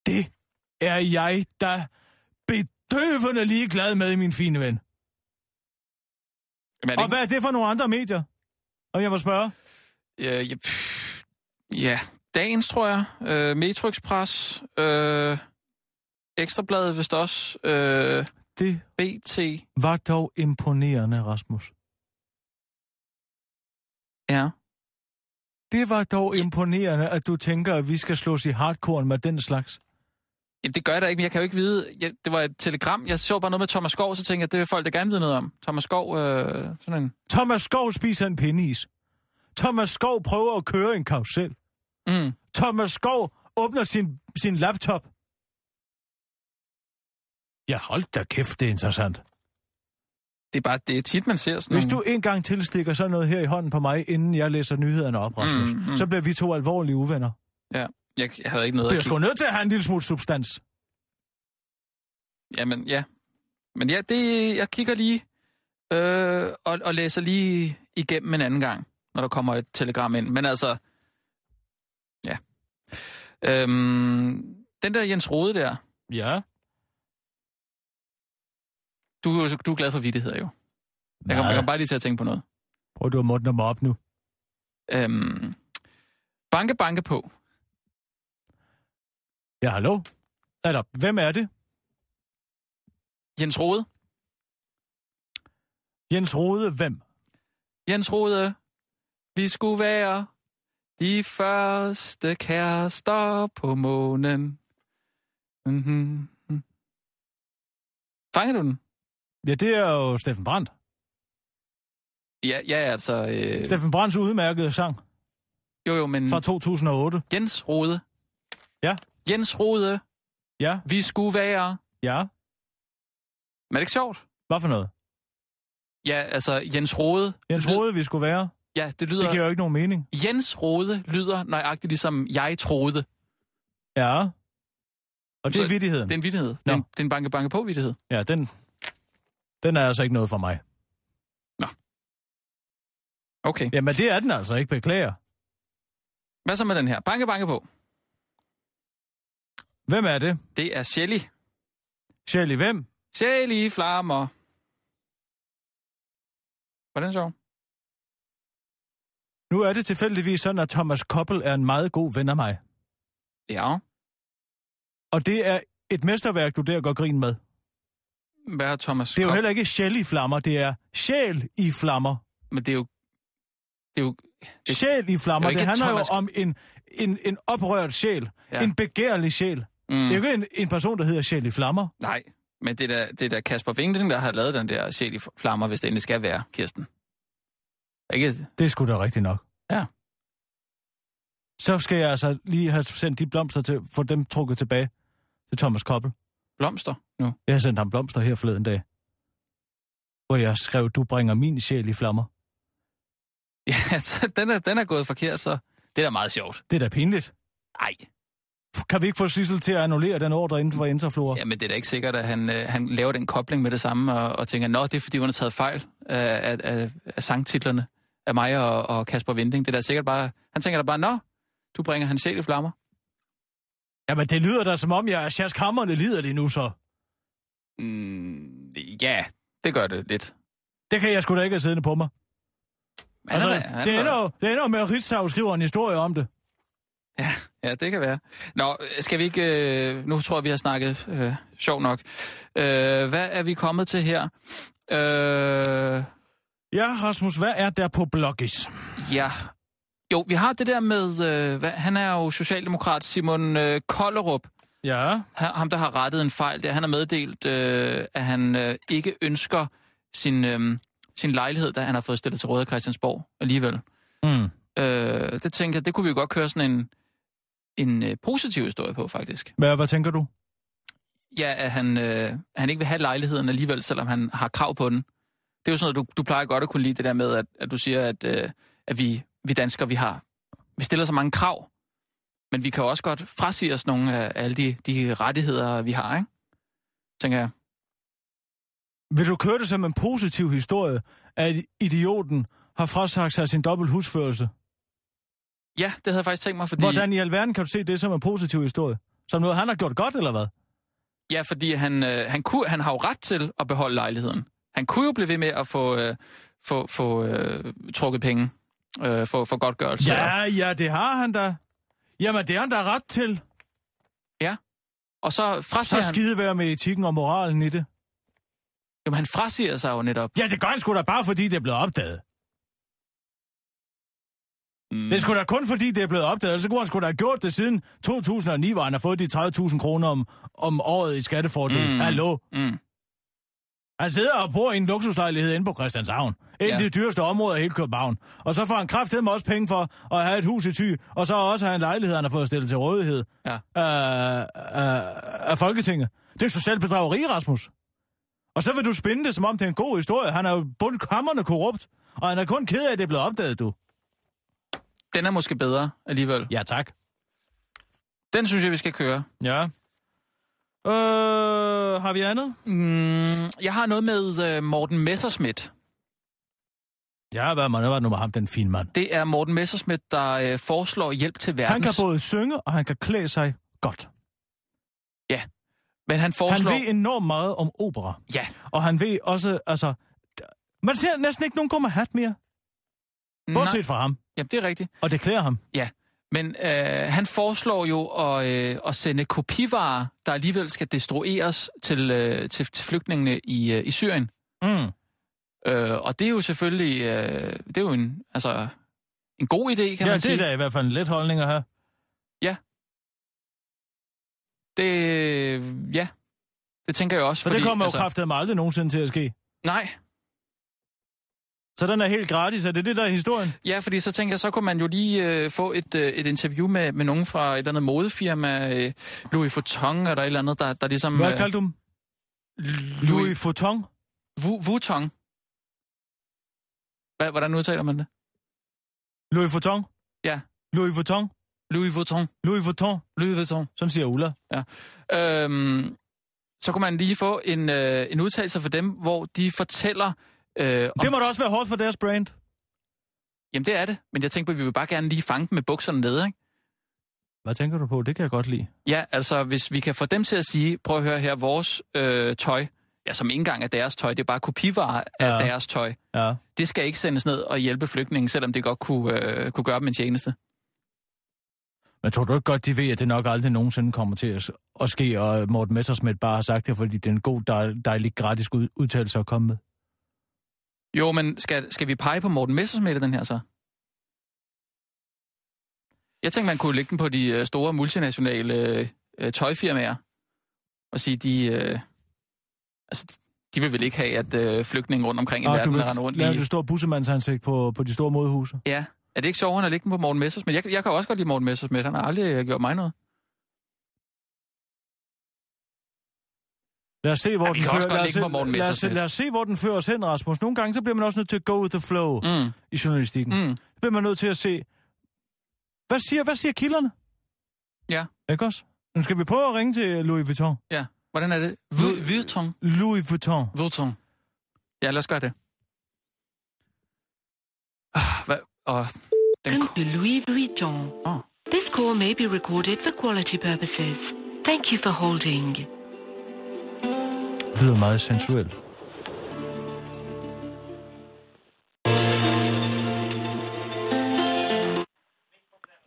D: Det er jeg da bedøvende ligeglad med, min fine ven.
E: Jamen, er det
D: Og hvad er det for nogle andre medier? Og jeg må spørge.
E: ikke? Øh, ja, pff, ja, Dagens, tror jeg. Øh, Metro Express. Øh, Ekstrabladet, vist også. Øh,
D: Det
E: BT.
D: var dog imponerende, Rasmus.
E: Ja.
D: Det var dog imponerende, at du tænker, at vi skal slås i hardcore med den slags.
E: Jamen, det gør jeg da ikke, men jeg kan jo ikke vide. Jeg, det var et telegram. Jeg så bare noget med Thomas Skov, så tænkte jeg, det vil folk da gerne vide noget om. Thomas Skov, øh, sådan en...
D: Thomas Skov spiser en pindeis. Thomas Skov prøver at køre en karusel.
E: Mm.
D: Thomas Skov åbner sin, sin laptop. Ja, hold da kæft, det er interessant.
E: Det er bare, det er tit, man ser sådan
D: Hvis
E: nogle-
D: du en gang tilstikker sådan noget her i hånden på mig, inden jeg læser nyhederne op, Rasmus,
E: Mm, mm.
D: så bliver vi to alvorlige uvenner.
E: Ja, jeg, jeg havde ikke noget
D: Bliver
E: at kigge.
D: sgu nødt til at have en lille smule substans.
E: Jamen, ja. Men ja, det, jeg kigger lige øh, og, og læser lige igennem en anden gang, når der kommer et telegram ind. Men altså, ja. Øhm, den der Jens Rode der,
D: Ja.
E: du, er jo- du er glad for vidtigheder jo. Jeg kom,
D: Meget.
E: jeg kom bare lige til at tænke på noget.
D: Prøv du at modne mig op nu.
E: Øhm, banke, banke på.
D: Ja, hallo? Eller, hvem er det?
E: Jens Rode.
D: Jens Rode, hvem?
E: Jens Rode, vi skulle være de første kærester på månen. Mm-hmm. Fanger du den?
D: Ja, det er jo Steffen Brandt.
E: Ja, ja altså... Øh,
D: Steffen Brandts udmærkede sang
E: Mm. jo, jo, men
D: fra 2008.
E: Jens Rode.
D: Ja.
E: Jens Rode,
D: Ja,
E: vi skulle være...
D: ja.
E: Men er det ikke sjovt?
D: Hvad for noget?
E: Ja, altså, Jens Rode...
D: Jens
E: lyd-
D: Rode, vi skulle være.
E: Ja, det lyder...
D: Det giver jo ikke nogen mening.
E: Jens Rode lyder nøjagtigt ligesom jeg troede.
D: Ja. Og det
E: Så
D: er vittigheden.
E: Det er en vittighed. Det
D: Nå.
E: er en, det er en banke-banke-på-vittighed.
D: Ja, den, den er altså ikke noget for mig.
E: Okay.
D: Jamen, det er den altså ikke, beklager.
E: Hvad så med den her? Banke-banke-på.
D: Hvem er det?
E: Det er Shelly.
D: Shelly, hvem?
E: Shelly flammer. Hvordan så?
D: Nu er det tilfældigvis sådan, at Thomas Koppel er en meget god ven af mig.
E: Ja.
D: Og det er et mesterværk, du der går grin med.
E: Hvad har Thomas
D: Det er jo
E: Kopp-
D: heller ikke sjæl i flammer, det er sjæl i flammer.
E: Men det er jo... Det er jo... Det-
D: Sjæl i flammer,
E: det er
D: det
E: jo ikke
D: handler
E: Thomas-
D: jo om en, en, en oprørt sjæl.
E: Ja.
D: Ja. En begærlig sjæl. Mm. Det er jo
E: Mm,
D: ikke en, en person, der hedder sjæl i flammer.
E: nej, men det er da, det er da Kasper Vingesen, der har lavet den der sjæl i flammer, hvis det endelig skal være, Kirsten. Ikke?
D: Det er sgu da rigtigt nok.
E: Ja.
D: Så skal jeg altså lige have sendt de blomster til, få dem trukket tilbage til Thomas Koppel.
E: Blomster nu.
D: Jeg har sendt ham blomster her forleden dag. Hvor jeg skrev, du bringer min sjæl i flammer.
E: Ja, så den er, den er gået forkert, så det er da meget sjovt.
D: Det er da pinligt.
E: Nej,
D: Kan vi ikke få Sissel til at annullere den ordre inden for Interflora?
E: ja, men det er da ikke sikkert, at han, øh, han laver den kobling med det samme og, og tænker, nå, det er fordi, hun har taget fejl af, af, af, af sangtitlerne af mig og, og Kasper Vinding. Det er da sikkert bare, han tænker da bare, nå, du bringer hans sjæl i flammer.
D: Jamen, det lyder da som om, jeg er sjaskammerne liderlig nu så.
E: Mm, ja, det gør det lidt.
D: Det kan jeg sgu da ikke have siddende på mig.
E: Han
D: Altså,
E: er da- han er
D: det,
E: da-
D: ender, jo- det ender jo med, at Ritzau skriver en historie om det.
E: Ja, det kan være. Nå, skal vi ikke... Øh, nu tror jeg, vi har snakket øh, sjov nok. Øh, hvad er vi kommet til her? Øh,
D: Ja, Rasmus, hvad er der på bloggis?
E: ja. Jo, vi har det der med... Øh, hvad, han er jo socialdemokrat Simon øh, Kollerup.
D: Ja,
E: Ha- Ham, der har rettet en fejl. Der, han har meddelt, øh, at han øh, ikke ønsker sin, øh, sin lejlighed, da han har fået stillet til råd af Christiansborg alligevel.
D: mm.
E: Øh, det tænker jeg, det kunne vi jo godt køre sådan en, en øh, positiv historie på, faktisk.
D: Hvad, hvad tænker du?
E: Ja, at han, øh, han ikke vil have lejligheden alligevel, selvom han har krav på den. Det er jo sådan noget, du, du plejer godt at kunne lide det der med, at, at du siger, at, øh, at vi, vi danskere, vi har, vi stiller så mange krav, men vi kan jo også godt frasige os nogle af alle de, de rettigheder, vi har, ikke? Tænker jeg.
D: Vil du køre det som en positiv historie, at idioten har frasagt sig sin dobbelt husførelse?
E: Ja, det havde jeg faktisk tænkt mig, fordi...
D: Hvordan i alverden kan du se det som en positiv historie? Som noget, han har gjort godt, eller hvad?
E: Ja, fordi han, øh, han, kunne, han har jo ret til at beholde lejligheden. Han kunne jo blive ved med at få, øh, få, få øh, trukket penge, øh, få, få godtgørelse.
D: Ja, ja, det har han da. Jamen, det har han da ret til.
E: Og så
D: Så
E: frasiger han...
D: skide være med etikken og moralen i det.
E: Jamen, han frasiger sig jo netop.
D: Ja, det gør han sgu da bare, fordi det er blevet opdaget.
E: Mm.
D: Det er sgu da kun fordi, det er blevet opdaget, ellers så kunne han sgu da have gjort det siden 2009, hvor han har fået de 30.000 kroner om, om året i skattefordel.
E: Mm.
D: Mm. Hallo?
E: Mm.
D: Han sidder og bor i en luksuslejlighed inde på Christianshavn. Et af
E: Ja.
D: de dyreste områder i hele København. Og så får han kraftedeme også penge for at have et hus i Thy, og så også have en lejlighed, han har fået stillet til rådighed
E: Ja.
D: af, af, af Folketinget. Det er socialt bedrageri, Rasmus. Og så vil du spinde det, som om det er en god historie. Han er jo bundkammerne korrupt, og han er kun ked af, at det er blevet opdaget, du.
E: Den er måske bedre alligevel.
D: Ja, tak.
E: Den synes jeg, vi skal køre.
D: Ja. Øh, har vi andet?
E: Mm, jeg har noget med øh, Morten Messerschmidt.
D: Ja, hvad man var nu med ham, den fine mand.
E: Det er Morten Messerschmidt, der øh, foreslår hjælp til verdens...
D: Han kan både synge, og han kan klæde sig godt.
E: Men han foreslår...
D: Han ved enormt meget om opera.
E: Ja.
D: Og han ved også, altså... d- Man ser næsten ikke nogen gå med hat mere.
E: Nej,
D: Bortset fra ham.
E: jamen, det er rigtigt.
D: Og det klæder ham.
E: Men øh, han foreslår jo at, øh, at sende kopivarer, der alligevel skal destrueres til, øh, til, til flygtningene i, øh, i Syrien.
D: Mm.
E: Øh, og det er jo selvfølgelig øh, det er jo en, altså, en god idé,
D: Ja,
E: kan man
D: det
E: sige.
D: er da i hvert fald en let holdning at have.
E: Det, øh, ja, det tænker jeg også.
D: For
E: fordi, altså-
D: det kommer jo altså... kraftedeme aldrig nogensinde til at ske.
E: Nej,
D: Så Så den er helt gratis. Er det det, der er historien?
E: Ja, fordi så tænker jeg, så kunne man jo lige øh, få et, øh, et interview med, med nogen fra et eller andet modefirma, øh, Louis Vuitton eller et eller andet, der, der ligesom...
D: Hvad kaldte du dem?
E: Louis
D: Louis Vuitton?
E: øh, Vu- Vuitton. Hva- Hvordan udtaler man det?
D: Louis Vuitton?
E: Ja.
D: Louis Vuitton?
E: Louis Vuitton.
D: Louis Vuitton?
E: Louis Vuitton.
D: Sådan siger Ulla.
E: Øhm, så kunne man lige få en, øh, en udtalelse fra dem, hvor de fortæller... Øh, om,
D: Det må da også være hårdt for deres brand.
E: Jamen, det er det. Men jeg tænkte på, at vi vil bare gerne lige fange dem med bukserne nede, ikke?
D: Hvad tænker du på? Det kan jeg godt lide.
E: Ja, altså, hvis vi kan få dem til at sige, prøv at høre her, vores øh, tøj, ja, som ikke engang er deres tøj, det er bare kopivarer af
D: Ja.
E: deres tøj.
D: Ja.
E: Det skal ikke sendes ned og hjælpe flygtningen, selvom det godt kunne, øh, kunne gøre dem en tjeneste.
D: Men tror du ikke godt, de ved, at det nok aldrig nogensinde kommer til at, at ske, og Morten Messersmith bare har sagt det, fordi det er en god, dej, dejlig, gratis ud, udtalelse at komme med?
E: Jo, men skal, skal vi pege på Morten Messersmith i den her så? Jeg tænkte, man kunne lægge den på de øh, store multinationale øh, øh, tøjfirmaer og sige, de, øh, altså, de vil vel ikke have, at øh, flygtninge rundt omkring i
D: Ah,
E: verden
D: du
E: render rundt
D: lave
E: i...
D: det store bussemandsansigt på, på de store modhuse.
E: Ja, er det ikke sjovere at lægge den på Morten Messersmith? Jeg, jeg kan jo også godt lide Morten Messersmith, han har aldrig øh, gjort mig noget.
D: Lad os se, hvor
E: Ja, vi
D: den
E: kan
D: fører.
E: også godt
D: lad os
E: lægge
D: se-
E: på Morten
D: lad os-
E: Messerschmidt.
D: Lad os se, hvor den fører os hen, Rasmus. Nogle gange, så bliver man også nødt til at go with the flow mm.
E: Mm,
D: i journalistikken. Mm.
E: mm.
D: Så bliver man nødt til at se, hvad siger, hvad siger kilderne?
E: Ja.
D: Ikke også? Nu skal vi prøve at ringe til Louis Vuitton.
E: Hvordan er det?
D: Vu-
E: Vuitton.
D: Louis Vuitton.
E: Vuitton. Ja, lad os gøre det. Ah, Hvad? Og den
I: Welcome to Louis Vuitton.
E: Oh.
I: This call may be recorded for quality purposes. Thank you for holding.
D: lyder meget sensuelt.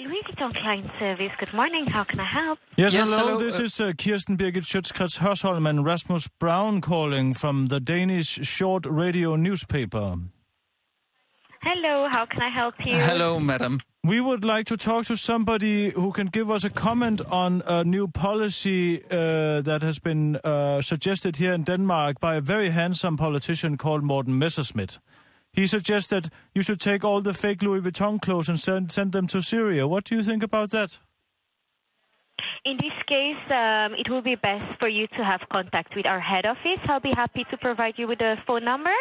G: Louis Vuitton Client Service. Good morning. How can I help?
D: Yes,
E: Yes,
D: hello.
E: hello.
D: This is uh, Kirsten Birgit Schøtzgrads Hørsholm and Rasmus Brown calling from the Danish short radio newspaper.
G: Hello. How can I help you?
E: Hello, madam.
D: We would like to talk to somebody who can give us a comment on a new policy uh, that has been uh, suggested here in Denmark by a very handsome politician called Morten Messerschmidt. He suggests that you should take all the fake Louis Vuitton clothes and send, send them to Syria. What do you think about that?
G: In this case, um, it will be best for you to have contact with our head office. I'll be happy to provide you with a phone number.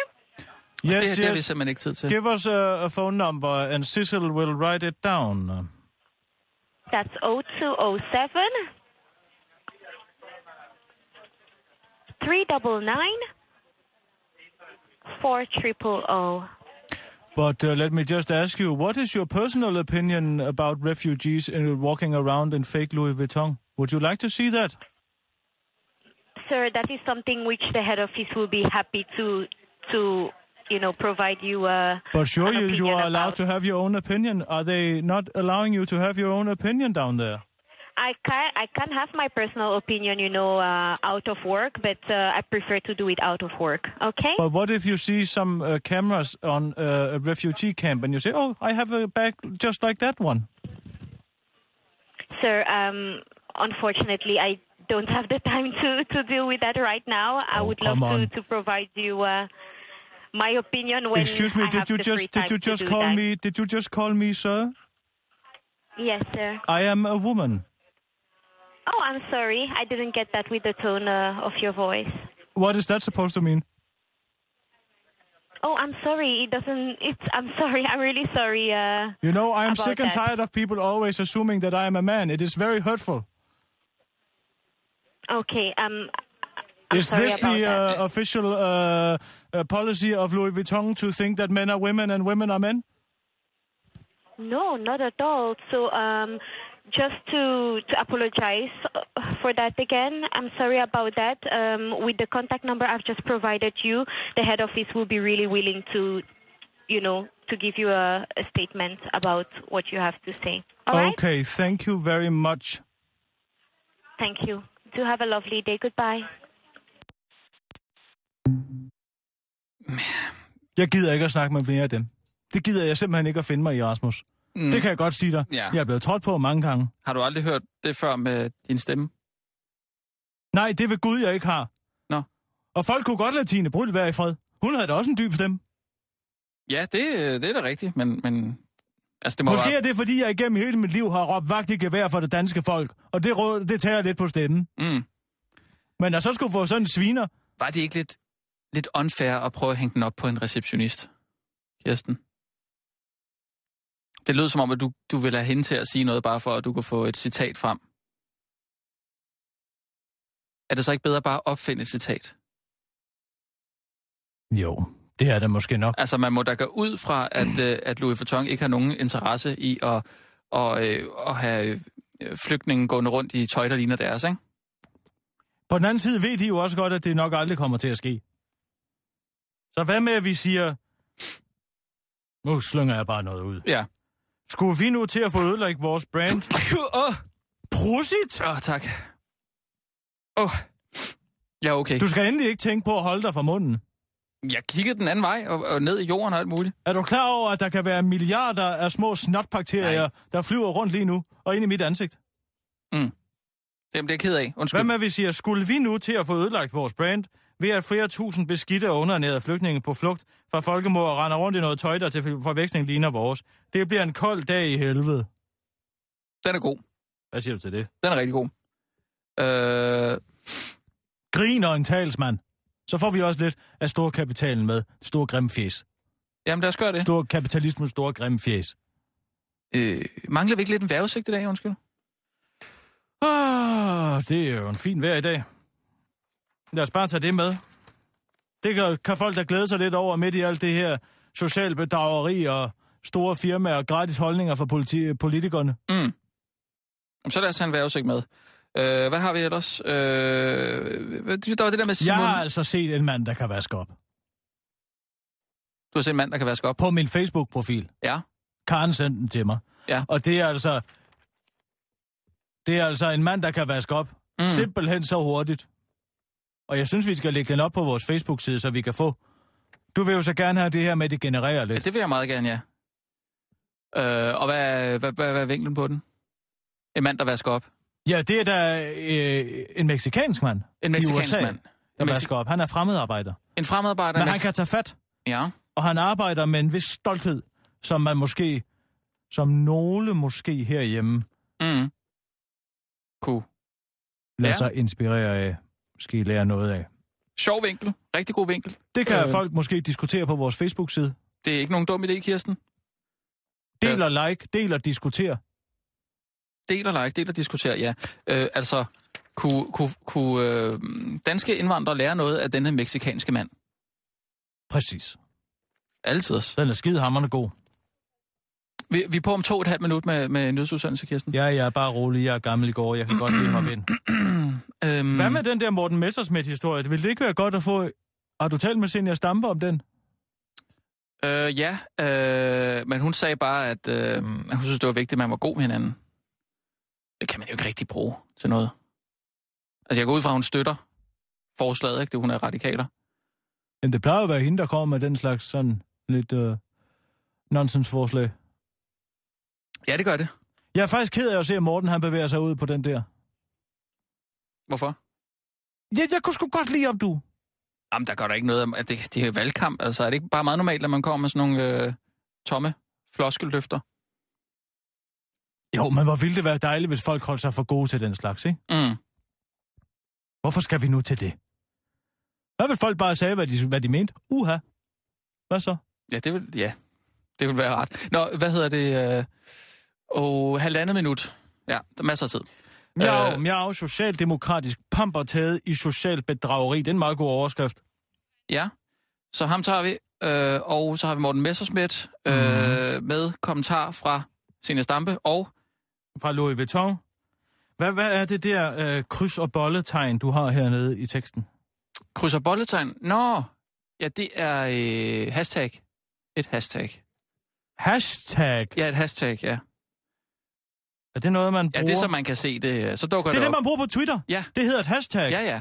E: Det, her,
D: Yes,
E: det har vi
D: yes.
E: simpelthen ikke tid til.
D: Give us a, a phone number and Sissel will write it down.
G: That's 0207 399 4000.
D: But uh, let me just ask you, what is your personal opinion about refugees uh, walking around in fake Louis Vuitton? Would you like to see that?
G: Sir, that is something which the head office will be happy to to you know provide you uh,
D: But sure,
G: an
D: you, you
G: opinion
D: are allowed
G: about.
D: to have your own opinion. Are they not allowing you to have your own opinion down there?
G: I can I can have my personal opinion, you know, uh, out of work, but uh, I prefer to do it out of work. Okay.
D: But what if you see some uh, cameras on uh, a refugee camp and you say, oh, I have a bag just like that one?
G: Sir, um, unfortunately, I don't have the time to, to deal with that right now. I
D: Oh,
G: would love
D: come
G: to,
D: on.
G: to provide you uh, my opinion when
D: Excuse me,
G: I
D: did
G: have
D: you
G: the free
D: just
G: time
D: did you
G: to
D: just
G: do
D: call
G: that.
D: me? Did you just call me, sir?
G: Yes, sir.
D: I am a woman.
G: Oh, I'm sorry. I didn't get that with the tone uh, of your voice.
D: What is that supposed to mean?
G: Oh, I'm sorry. It doesn't. It's. I'm sorry. I'm really sorry. Uh,
D: You know, I am
G: About
D: sick and
G: that.
D: tired of people always assuming that I am a man. It is very hurtful.
G: okay. Um, I'm
D: Is
G: sorry
D: this
G: about
D: the
G: that.
D: uh, official uh, uh, policy of Louis Vuitton to think that men are women and women are men?
G: No, not at all. So, um, just to, to apologize uh, for that again, I'm sorry about that. Um, with the contact number I've just provided you, the head office will be really willing to, you know, to give you a, a statement about what you have to say. All right?
D: Okay, thank you very much.
G: Thank you. Do have a lovely day. Goodbye.
D: Jeg gider ikke at snakke med flere af dem. Det gider jeg simpelthen ikke at finde mig i, Rasmus. Mm. Det kan jeg godt sige dig.
E: Ja.
D: Jeg er blevet trådt på mange gange.
E: Har du aldrig hørt det før med din stemme?
D: Nej, det vil Gud, jeg ikke har.
E: Nå.
D: Og folk kunne godt lade Tine Bryl være i fred. Hun havde da også en dyb stemme.
E: Ja, det, øh, det er da rigtigt, men, men altså, det må
D: Måske
E: være...
D: er det, fordi jeg igennem hele mit liv har råbt vagt i gevær for det danske folk, og det, rå- det tager lidt på stemmen.
E: Mm.
D: Men at så skulle få sådan en sviner,
E: Var det ikke lidt, lidt unfair at prøve at hænge den op på en receptionist, Kirsten? Det lød som om, at du, du ville have hende til at sige noget, bare for at du kunne få et citat frem. Er det så ikke bedre bare at opfinde et citat?
D: jo, det er det måske nok.
E: Altså, man må da gå ud fra, at, øh, at Louis Vuitton ikke har nogen interesse i at, og, øh, at have øh, flygtninge gående rundt i tøj, der ligner deres, ikke?
D: På den anden side ved de jo også godt, at det nok aldrig kommer til at ske. Så hvad med, at vi siger... Nu slynger jeg bare noget ud.
E: Ja.
D: Skulle vi nu til at få ødelagt vores brand?
E: Åh,
D: Prosit!
E: oh, tak. Åh. Oh. Ja, okay.
D: Du skal endelig ikke tænke på at holde dig fra munden.
E: Jeg kiggede den anden vej og, og ned i jorden og alt muligt.
D: Er du klar over, at der kan være milliarder af små snotbakterier,
E: Nej.
D: der flyver rundt lige nu og ind i mit ansigt?
E: Det bliver jeg ked af. Undskyld.
D: Hvad med, at vi siger, skulle vi nu til at få ødelagt vores brand, ved at flere tusind beskidte og underernærede flygtninge på flugt fra folkemord og render rundt i noget tøj, der til forveksling ligner vores? Det bliver en kold dag i helvede.
E: Den er god.
D: Hvad siger du til det?
E: Den er rigtig god. Øh,
D: Griner en talsmand. Så får vi også lidt af stor kapitalen med. Stor grim fjes.
E: jamen, lad os gøre det.
D: Stor kapitalismus, stor grim fjes.
E: Øh, mangler vi ikke lidt en vejrudsigt i dag, undskyld?
D: Oh, det er jo en fin vejr i dag. Lad os bare tage det med. Det kan, kan folk da glæde sig lidt over midt i alt det her social bedrageri og store firmaer og gratis holdninger fra politi- politikerne.
E: Mm. Jamen, så lad os have en vejrudsigt med. Øh, hvad har vi ellers? Øh, hvad- der var det der med
D: Jeg
E: Simon.
D: har altså set en mand, der kan vaske op.
E: Du har set en mand, der kan vaske op.
D: På min Facebook-profil.
E: Ja.
D: Karen sendte den til mig.
E: Ja.
D: Og det er altså... Det er altså en mand, der kan vaske op. Mm. Simpelthen så hurtigt. Og jeg synes, vi skal lægge den op på vores Facebook-side, så vi kan få... Du vil jo så gerne have det her med, at det genererer
E: Ja,
D: lidt.
E: det vil jeg meget gerne, ja. Øh, og hvad, hvad, hvad, hvad er vinklen på den? En mand, der vasker op.
D: Ja, det er da øh, en meksikansk mand,
E: En meksikansk
D: USA.
E: mand.
D: der
E: En,
D: vasker op. Han er fremmedarbejder.
E: en fremmedarbejder.
D: Men
E: en
D: han kan tage fat,
E: Ja.
D: og han arbejder med en vis stolthed, som man måske, som nogle måske herhjemme,
E: Mm. Cool.
D: lader
E: Ja.
D: sig inspirere af, måske lære noget af.
E: Sjov vinkel. Rigtig god vinkel.
D: Det kan
E: Øh.
D: øh. folk måske diskutere på vores Facebook-side.
E: Det er ikke nogen dum idé, Kirsten.
D: Del og like, del og diskuter.
E: Del og like, del og diskuter, ja. Øh, altså, kunne, kunne, kunne øh, danske indvandrere lære noget af denne meksikanske mand?
D: Præcis.
E: Altid.
D: Den er skidehammerende god.
E: Vi, vi er på om to og et halvt minut med, med nyhedsudsendelse, Kirsten.
D: Ja, jeg er bare rolig. Jeg er gammel i går. Jeg kan godt lide mig ind.
E: Øhm,
D: Hvad med den der Morten Messersmith-historie? Ville det ikke være godt at få... Har du talt med Senior Stampe om den?
E: Øh, ja, øh, men hun sagde bare, at øh, hun synes, det var vigtigt, at man var god ved hinanden. Det kan man jo ikke rigtig bruge til noget. Altså, jeg går ud fra, at hun støtter forslaget, ikke? Det hun er radikaler.
D: Jamen, det plejer jo at være hende, der kommer med den slags sådan lidt øh, nonsens-forslag.
E: Ja, det gør det.
D: Jeg er faktisk ked af at se, at Morten han bevæger sig ud på den der.
E: Hvorfor?
D: Jeg, jeg kunne sgu godt lide om du.
E: Jamen, der gør der ikke noget om, at det, det er valgkamp. Altså, er det ikke bare meget normalt, at man kommer med sådan nogle øh, tomme floskeløfter?
D: Jo, men hvor ville det være dejligt, hvis folk holdt sig for gode til den slags, ikke?
E: Mm.
D: Hvorfor skal vi nu til det? Hvad vil folk bare sige, hvad de, hvad de mente? Uha. Hvad så?
E: Ja, det vil, ja, det vil være rart. Nå, hvad hedder det? Øh, og halvandet minut. Ja, der er masser af tid.
D: Miau,
E: Øh.
D: øh... miau, socialdemokratisk pampertæde i social bedrageri. Det er en meget god overskrift.
E: Ja, så ham tager vi. Øh, og så har vi Morten Messerschmidt øh, med kommentar fra Senior Stampe. Og
D: Fra Louis Vuitton. Hvad, hvad er det der øh, kryds- og bolletegn, du har hernede i teksten?
E: krydser bolletegn. Nå, ja, det er øh, hashtag. Et hashtag.
D: Hashtag.
E: Ja, et hashtag, ja.
D: Er det noget, man
E: Ja,
D: bruger?
E: det er så man kan se det. øh, Så dukker
D: det, er
E: det,
D: det,
E: op.
D: man bruger på Twitter?
E: Ja.
D: Det hedder et hashtag.
E: Ja, ja.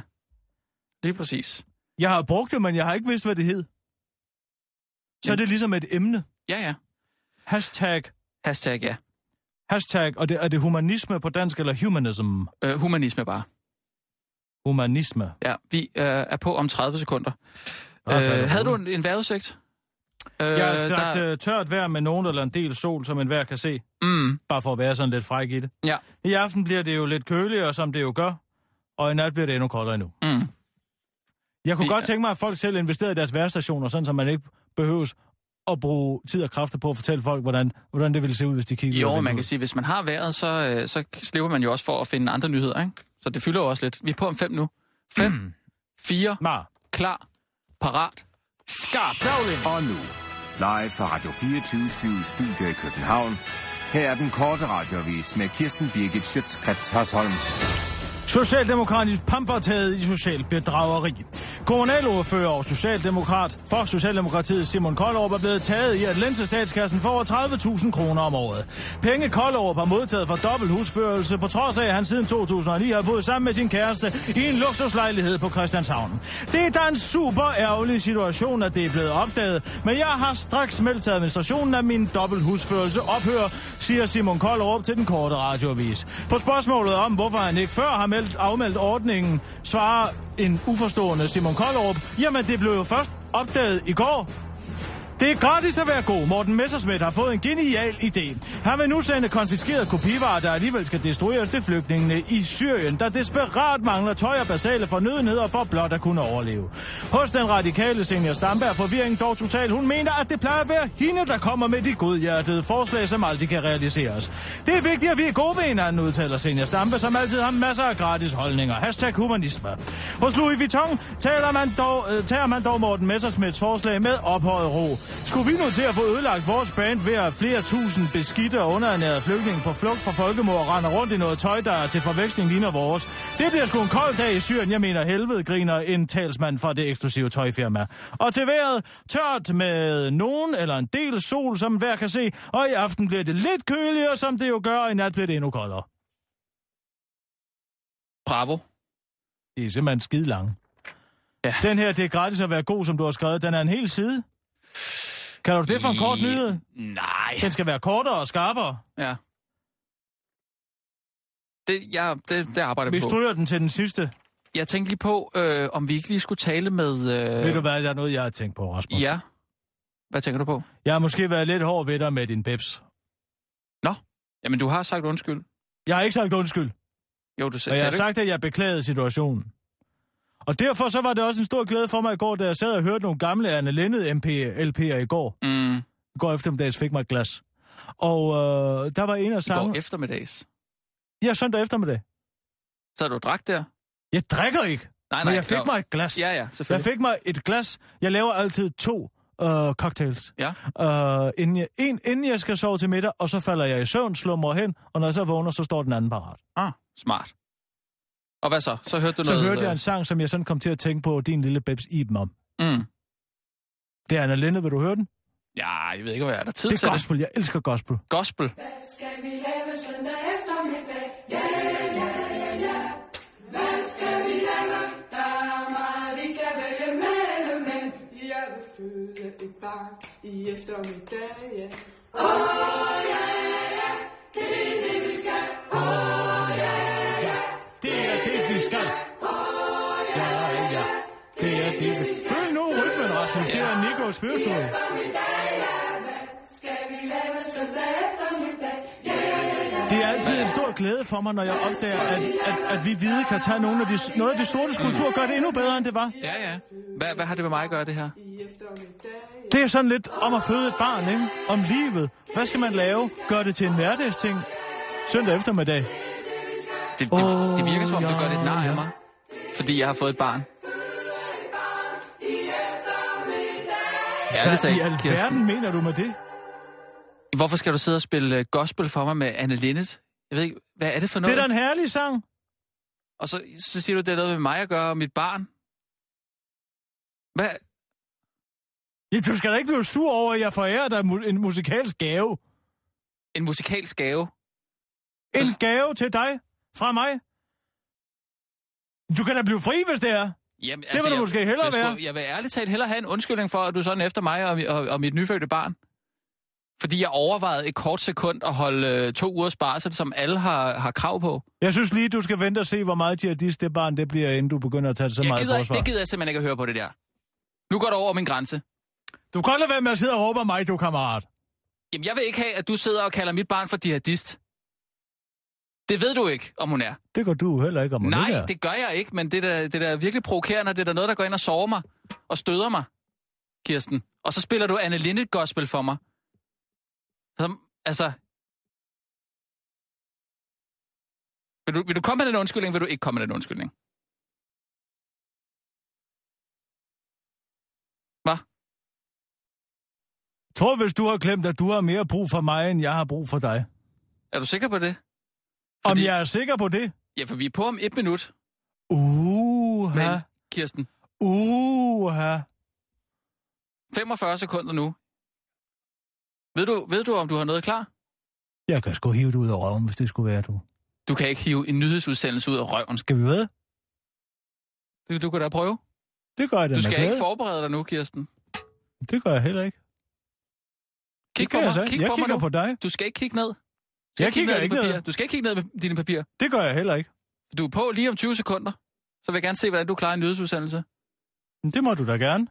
E: Lige præcis.
D: Jeg har brugt det, men jeg har ikke vidst, hvad det hed. Så er
E: Jamen.
D: det ligesom et emne.
E: Ja, ja.
D: Hashtag,
E: Hashtag, ja.
D: hashtag, og det, er det humanisme på dansk, eller humanism?
E: Øh, humanisme bare.
D: Humanisme.
E: Ja, vi øh, er på om 30 sekunder.
D: Ah, så er det
E: Øh, havde du
D: roligt.
E: en, en vejrudsigt? Øh,
D: Jeg har sagt
E: der-
D: der... tørt vejr med nogen eller en del sol, som enhver kan se.
E: Mm,
D: Bare for at være sådan lidt fræk i det.
E: ja.
D: I aften bliver det jo lidt køligere, som det jo gør. Og i nat bliver det endnu koldere endnu.
E: Mm.
D: Jeg kunne
E: Ja.
D: ja. godt tænke mig, at folk selv investerede i deres værstationer, sådan så man ikke behøves at bruge tid og kræfter på at fortælle folk, hvordan, hvordan det ville se ud, hvis de kiggede ud af
E: Jo, man kan
D: vinduet.
E: sige, hvis man har vejret, så, øh, så slipper man jo også for at finde andre nyheder, ikke? Så det fylder jo også lidt. Vi er på om fem nu.
D: Mm.
E: Fem, fire,
D: Mar.
E: klar, parat, skarp.
F: Og nu, live fra Radio 24 Studio i København. Her er den korte radiovis med Kirsten Birgit Schøtzgrads Hasholm.
D: Socialdemokratisk pampertaget i social bedrageri. Kommunalordfører og socialdemokrat for Socialdemokratiet Simon Koldorp er blevet taget i at lænse statskassen for over 30.000 kroner om året. Penge Koldorp har modtaget for dobbelt husførelse, på trods af, at han siden 2009 har boet sammen med sin kæreste i en luksuslejlighed på Christianshavn. Det er da en super ærgerlig situation, at det er blevet opdaget, men jeg har straks meldt til administrationen, at min dobbelt husførelse ophører, siger Simon Koldrup til den korte radioavis. På spørgsmålet om, hvorfor han ikke før har meldt, afmeldt ordningen, svarer en uforstående Simon Koldrup, jamen det blev jo først opdaget i går. Det er gratis at være god. Morten Messerschmidt har fået en genial idé. Han vil nu sende konfiskerede kopivarer, der alligevel skal destrueres til flygtningene i Syrien, der desperat mangler tøj og basale fornødenheder for blot at kunne overleve. Hos den radikale senior Stampe er forvirringen dog total. Hun mener, at det plejer at være hende, der kommer med de godhjertede forslag, som aldrig kan realiseres. Det er vigtigt, at vi er gode ved hinanden, udtaler senior Stampe, som altid har masser af gratis holdninger. Hashtag humanisme. Hos Louis Vuitton taler man dog, øh, tager man dog Morten Messerschmidts forslag med ophøjet ro. Skulle vi nu til at få ødelagt vores brand ved at flere tusind beskidte og underernærede flygtninge på flugt fra folkemord render rundt i noget tøj, der til forveksling ligner vores? Det bliver sgu en kold dag i Syrien, jeg mener helvede, griner en talsmand fra det eksklusive tøjfirma. Og til vejret tørt med nogen eller en del sol, som hver kan se, og i aften bliver det lidt køligere, som det jo gør, og i nat bliver det endnu koldere.
E: Bravo.
D: Det er simpelthen skide lang.
E: Ja.
D: Ja. Den her, det er gratis at være god, som du har skrevet, den er en hel side. Kalder du det for en kort nyhed?
E: Nej.
D: Den skal være kortere og skarpere.
E: Ja. Det, jeg, det, det arbejder
D: Vi
E: vi på.
D: stryger den til den sidste. Øh.
E: Jeg tænkte lige på, øh, om vi ikke lige skulle tale med... Øh,
D: Ved du hvad, der er noget, jeg har tænkt på, Rasmus.
E: Ja. Hvad tænker du på?
D: Jeg har måske været lidt hård ved dig med din peps.
E: Jamen, du har sagt undskyld.
D: Jeg har ikke sagt undskyld,
E: Jo, du sagde,
D: og jeg har
E: sagde du ikke?
D: sagt, at jeg beklagede situationen. Og derfor så var det også en stor glæde for mig i går, da jeg sad og hørte nogle gamle Anne Lindet MP, LP'er i går.
E: Mm,
D: I går eftermiddags fik mig et glas. Og øh, der var en af
E: I går
D: sangene...
E: eftermiddags.
D: Ja, søndag eftermiddag.
E: Så har du drak der?
D: Jeg drikker ikke.
E: Nej,
D: Men
E: nej.
D: jeg fik
E: jo.
D: mig et glas.
E: Ja, ja,
D: Jeg
E: selvfølgelig.
D: fik mig et glas. Jeg laver altid to øh, cocktails.
E: Ja.
D: Øh, inden jeg, en, inden jeg skal sove til middag, og så falder jeg i søvn, slumrer hen, og når jeg så vågner, så står den anden parat.
E: Ah, smart. Og hvad så? Så hørte du
D: Så
E: noget...
D: hørte jeg en sang, som jeg sådan kom til at tænke på, din lille Bebs Iben om.
E: øh, mm.
D: Det er Anna Linde, vil du høre den?
E: Ja, jeg ved ikke, hvad jeg er der er tid
D: Det
E: til
D: er gospel, jeg elsker gospel.
E: det. Gospel.
D: Det er det, vi skal. Ja, ja. Det er det, vi Følg nu rytmen, Rasmus. Det er Nico Spiritual. Det er altid en stor glæde for mig, når jeg opdager, at, at, at vi hvide kan tage nogle af de, noget af de sorte kultur og gøre det endnu bedre, end det var.
E: Ja, ja. Hvad, hvad har det med mig at gøre, det her?
D: Det er sådan lidt om at føde et barn, ikke? Om livet. Hvad skal man lave? Gør det til en hverdagsting. Søndag eftermiddag.
E: Det, det,
D: Åh,
E: det virker som om, du gør lidt nar
D: ja.
E: af mig. Fordi jeg har fået et barn. Ærligt
D: Hvad i
E: talt, Kirsten.
D: alverden mener du med det?
E: Hvorfor skal du sidde og spille øh, gospel for mig med Anne Linnet? Jeg ved ikke, hvad er det for
D: Det
E: noget?
D: er da en herlig sang.
E: Og så, så siger du, det er noget med mig at gøre og mit barn. Hvad?
D: Ja, du skal da ikke blive sur over, at jeg forærer dig mu- en musikalsk gave.
E: En musikalsk gave?
D: En
E: Så-
D: gave til dig fra mig. Du kan da blive fri, hvis det er.
E: Jamen, det
D: vil du måske hellere
E: jeg, skulle-
D: være.
E: Jeg vil ærligt talt hellere have en undskyldning for, at du er sådan efter mig og, mi- og, og mit nyfødte barn. Fordi jeg overvejede et kort sekund at holde øh, to ugers barsel, som alle har, har krav på.
D: Jeg synes lige, du skal vente og se, hvor meget jihadist det barn det bliver, inden du begynder at tage det så
E: jeg
D: meget i
E: gider,
D: forsvar.
E: det gider jeg simpelthen ikke at høre på det der. Nu går du over min grænse.
D: Du kan godt lade være med at sidde og råbe af mig, du kammerat.
E: Jamen, jeg vil ikke have, at du sidder og kalder mit barn for jihadist. Det ved du ikke, om hun er.
D: Det gør du heller ikke, om hun
E: Nej,
D: ikke er.
E: det gør jeg ikke, men det er da- det er da virkelig provokerende, og det er da noget, der går ind og sover mig og støder mig, Kirsten. Og så spiller du Anne Lindet gospel for mig. Som, altså... Vil du, vil du komme med den undskyldning, vil du ikke komme med den undskyldning?
D: Jeg tror, hvis du har glemt, at du har mere brug for mig, end jeg har brug for dig.
E: Er du sikker på det?
D: Fordi...
E: Fordi-
D: Om jeg er sikker på det?
E: Ja, for vi er på om et minut,
D: Uha,
E: men Kirsten,
D: uha.
E: 45 sekunder nu. Ved du, ved du, om du har noget klar?
D: Jeg kan sgu hive det ud af røven, hvis det skulle være du.
E: Du kan ikke hive en nyhedsudsendelse ud af røven.
D: Skal vi ved?
E: Du, du kan da prøve.
D: Det gør jeg da
E: Du
D: med
E: skal
D: glæde.
E: ikke forberede dig nu, Kirsten.
D: Det gør jeg heller ikke.
E: Kig
D: det
E: på
D: gør
E: mig.
D: jeg så ikke.
E: Kig
D: jeg
E: på mig
D: kigger
E: nu.
D: på dig.
E: Du skal ikke kigge ned. Du skal
D: Jeg kigger
E: ned i
D: ikke
E: dine
D: ned.
E: papirer. Du skal ikke kigge ned i dine papirer.
D: Det gør jeg heller ikke.
E: Du er på lige om 20 sekunder. Så vil jeg gerne se, hvordan du klarer en nyhedsudsendelse.
D: Men det må du da gerne.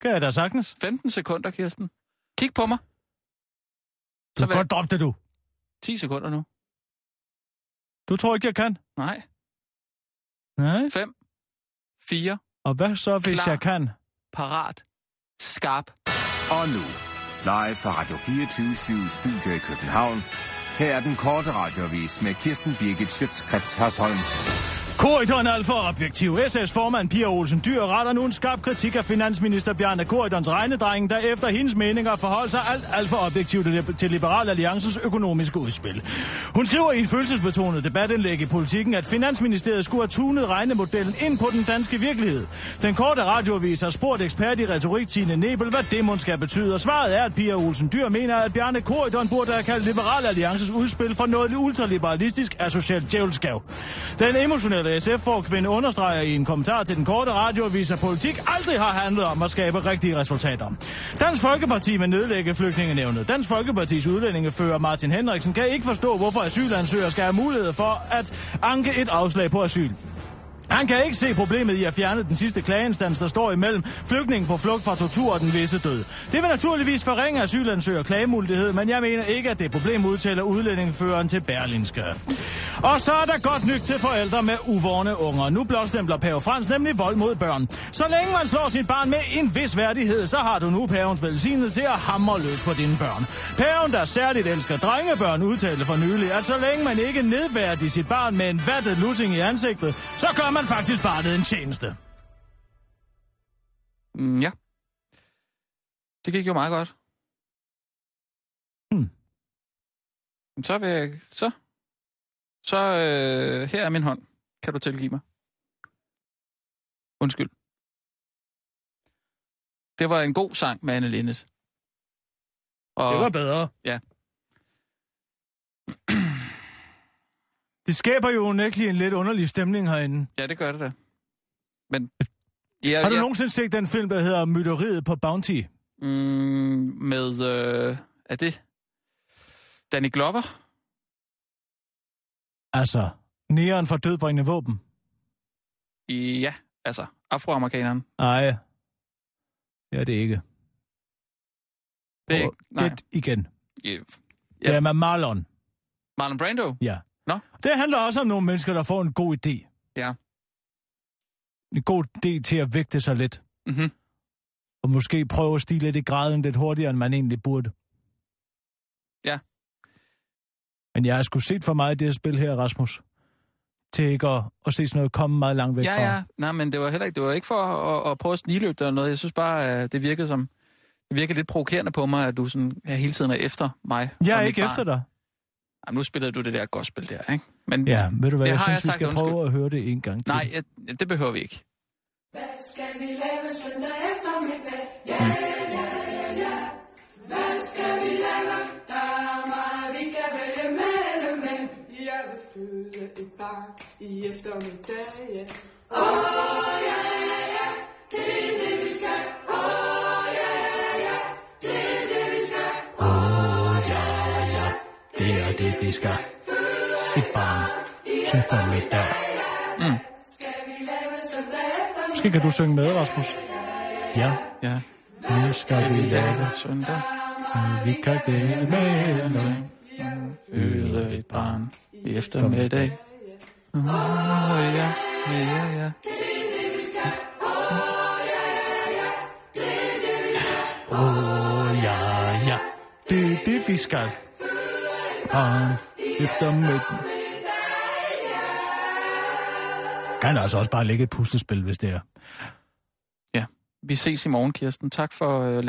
D: Kan jeg da sagtens.
E: 15 sekunder, Kirsten. Kig på mig.
D: Du kan
E: Så hvad-
D: godt droppe det, du.
E: 10 sekunder nu.
D: Du tror ikke, jeg kan?
E: Nej.
D: Nej.
E: 5, 4,
D: Og hvad så, hvis
E: Klar.
D: jeg kan?
E: parat, skarp.
F: Og nu, live fra Radio 24 Studio i København. Her er den korte radiovis med Kirsten Birgit Schøtzgrads Hasholm.
D: Korridoren er alt for objektiv. SS formand Pia Olsen Dyr retter nu en skarp kritik af finansminister Bjarne Korridons regnedreng, der efter hendes meninger forholder sig alt, alt for objektivt til- til Liberal Alliances økonomiske udspil. Hun skriver i et følelsesbetonet debatindlæg i politikken, at finansministeriet skulle have tunet regnemodellen ind på den danske virkelighed. Den korte radioavis har spurgt ekspert i retorik Tine Nebel, hvad det mon skal betyde, og svaret er, at Pia Olsen Dyr mener, at Bjarne Korridon burde have kaldt Liberal Alliances udspil for noget ultraliberalistisk af social djævelskab. Den emotionelle SF-forkvinde understreger i en kommentar til den korte radioavis, at politik aldrig har handlet om at skabe rigtige resultater. Dansk Folkeparti vil nedlægge flygtningenevnet. Dansk Folkepartis udlændingefører Martin Henriksen kan ikke forstå, hvorfor asylansøgere skal have mulighed for at anke et afslag på asyl. Han kan ikke se problemet i at fjerne den sidste klageinstans, der står imellem flygtningen på flugt fra tortur og den visse død. Det vil naturligvis forringe asylansøger klagemulighed, men jeg mener ikke, at det er et problem udtaler udlændingeføreren til Berlinske. Og så er der godt nyt til forældre med uvorne unger. Nu blåstempler Pave Frans nemlig vold mod børn. Så længe man slår sit barn med en vis værdighed, så har du nu Pavens velsignelse til at hamre løs på dine børn. Paven, der særligt elsker drengebørn, udtalte for nylig, at så længe man ikke nedværdiger sit barn med en vattet lussing i ansigtet, så gør man faktisk barnet en tjeneste.
E: Mm, ja. Det gik jo meget godt.
D: Hmm.
E: Men Så vil jeg... Så. Så øh, her er min hånd. Kan du tilgive mig? Undskyld. Det var en god sang med Anne Lindet. Og
D: Det var bedre.
E: Ja.
D: Det skaber jo unægtelig en lidt underlig stemning herinde.
E: Ja, det gør det da. Men... Ja,
D: Har du
E: ja,
D: nogensinde set den film, der hedder Mytteriet på Bounty?
E: Mm, med... Øh, er det... Danny Glover?
D: Altså, næren for dødbringende våben.
E: Ja, altså afroamerikaneren.
D: Nej. Ja, det er ikke.
E: Det er
D: Prøv
E: ikke...
D: at
E: Nej.
D: Gæt igen.
E: Ja.
D: Ja. Det er med Marlon.
E: Marlon Brando?
D: Ja.
E: Nå.
D: Det handler også om nogle mennesker, der får en god idé.
E: Ja.
D: En god idé til at vægte sig lidt.
E: Mhm.
D: Og måske prøve at stige lidt i graden lidt hurtigere, end man egentlig burde.
E: Ja.
D: Men jeg har sgu set for meget i det her spil her, Rasmus. Til ikke at, at se sådan noget komme meget langt væk
E: Ja,
D: fra.
E: ja. Nej, men det var heller ikke, det var ikke for at, at prøve at snigeløbe dig eller noget. Jeg synes bare, at det virkede som... Det virkede lidt provokerende på mig, at du sådan, ja, hele tiden er efter mig.
D: Jeg
E: og
D: er
E: mit
D: ikke
E: barn.
D: efter dig.
E: Jamen, nu spillede du det der gospel der, ikke? Men
D: Ja, ved du hvad, jeg,
E: Det
D: jeg
E: har jeg
D: synes, vi
E: sagt,
D: skal
E: undskyld.
D: prøve at høre det en gang til.
E: nej, jeg, det behøver vi ikke.
D: Det er det, vi skal. Et barn til formiddag. Mm. Måske kan du synge med, Rasmus? Ja.
E: Ja.
D: Nu skal vi lave
E: søndag.
D: Vi kan dele med hinanden.
E: Føde et barn i eftermiddag. Åh, ja, ja, ja.
D: Åh, oh, ja, ja. Det er det, vi skal. Barn efter midten.
J: Kan altså også bare lægge et puslespil, hvis det er.
E: Vi ses i morgen, Kirsten. Tak for øh,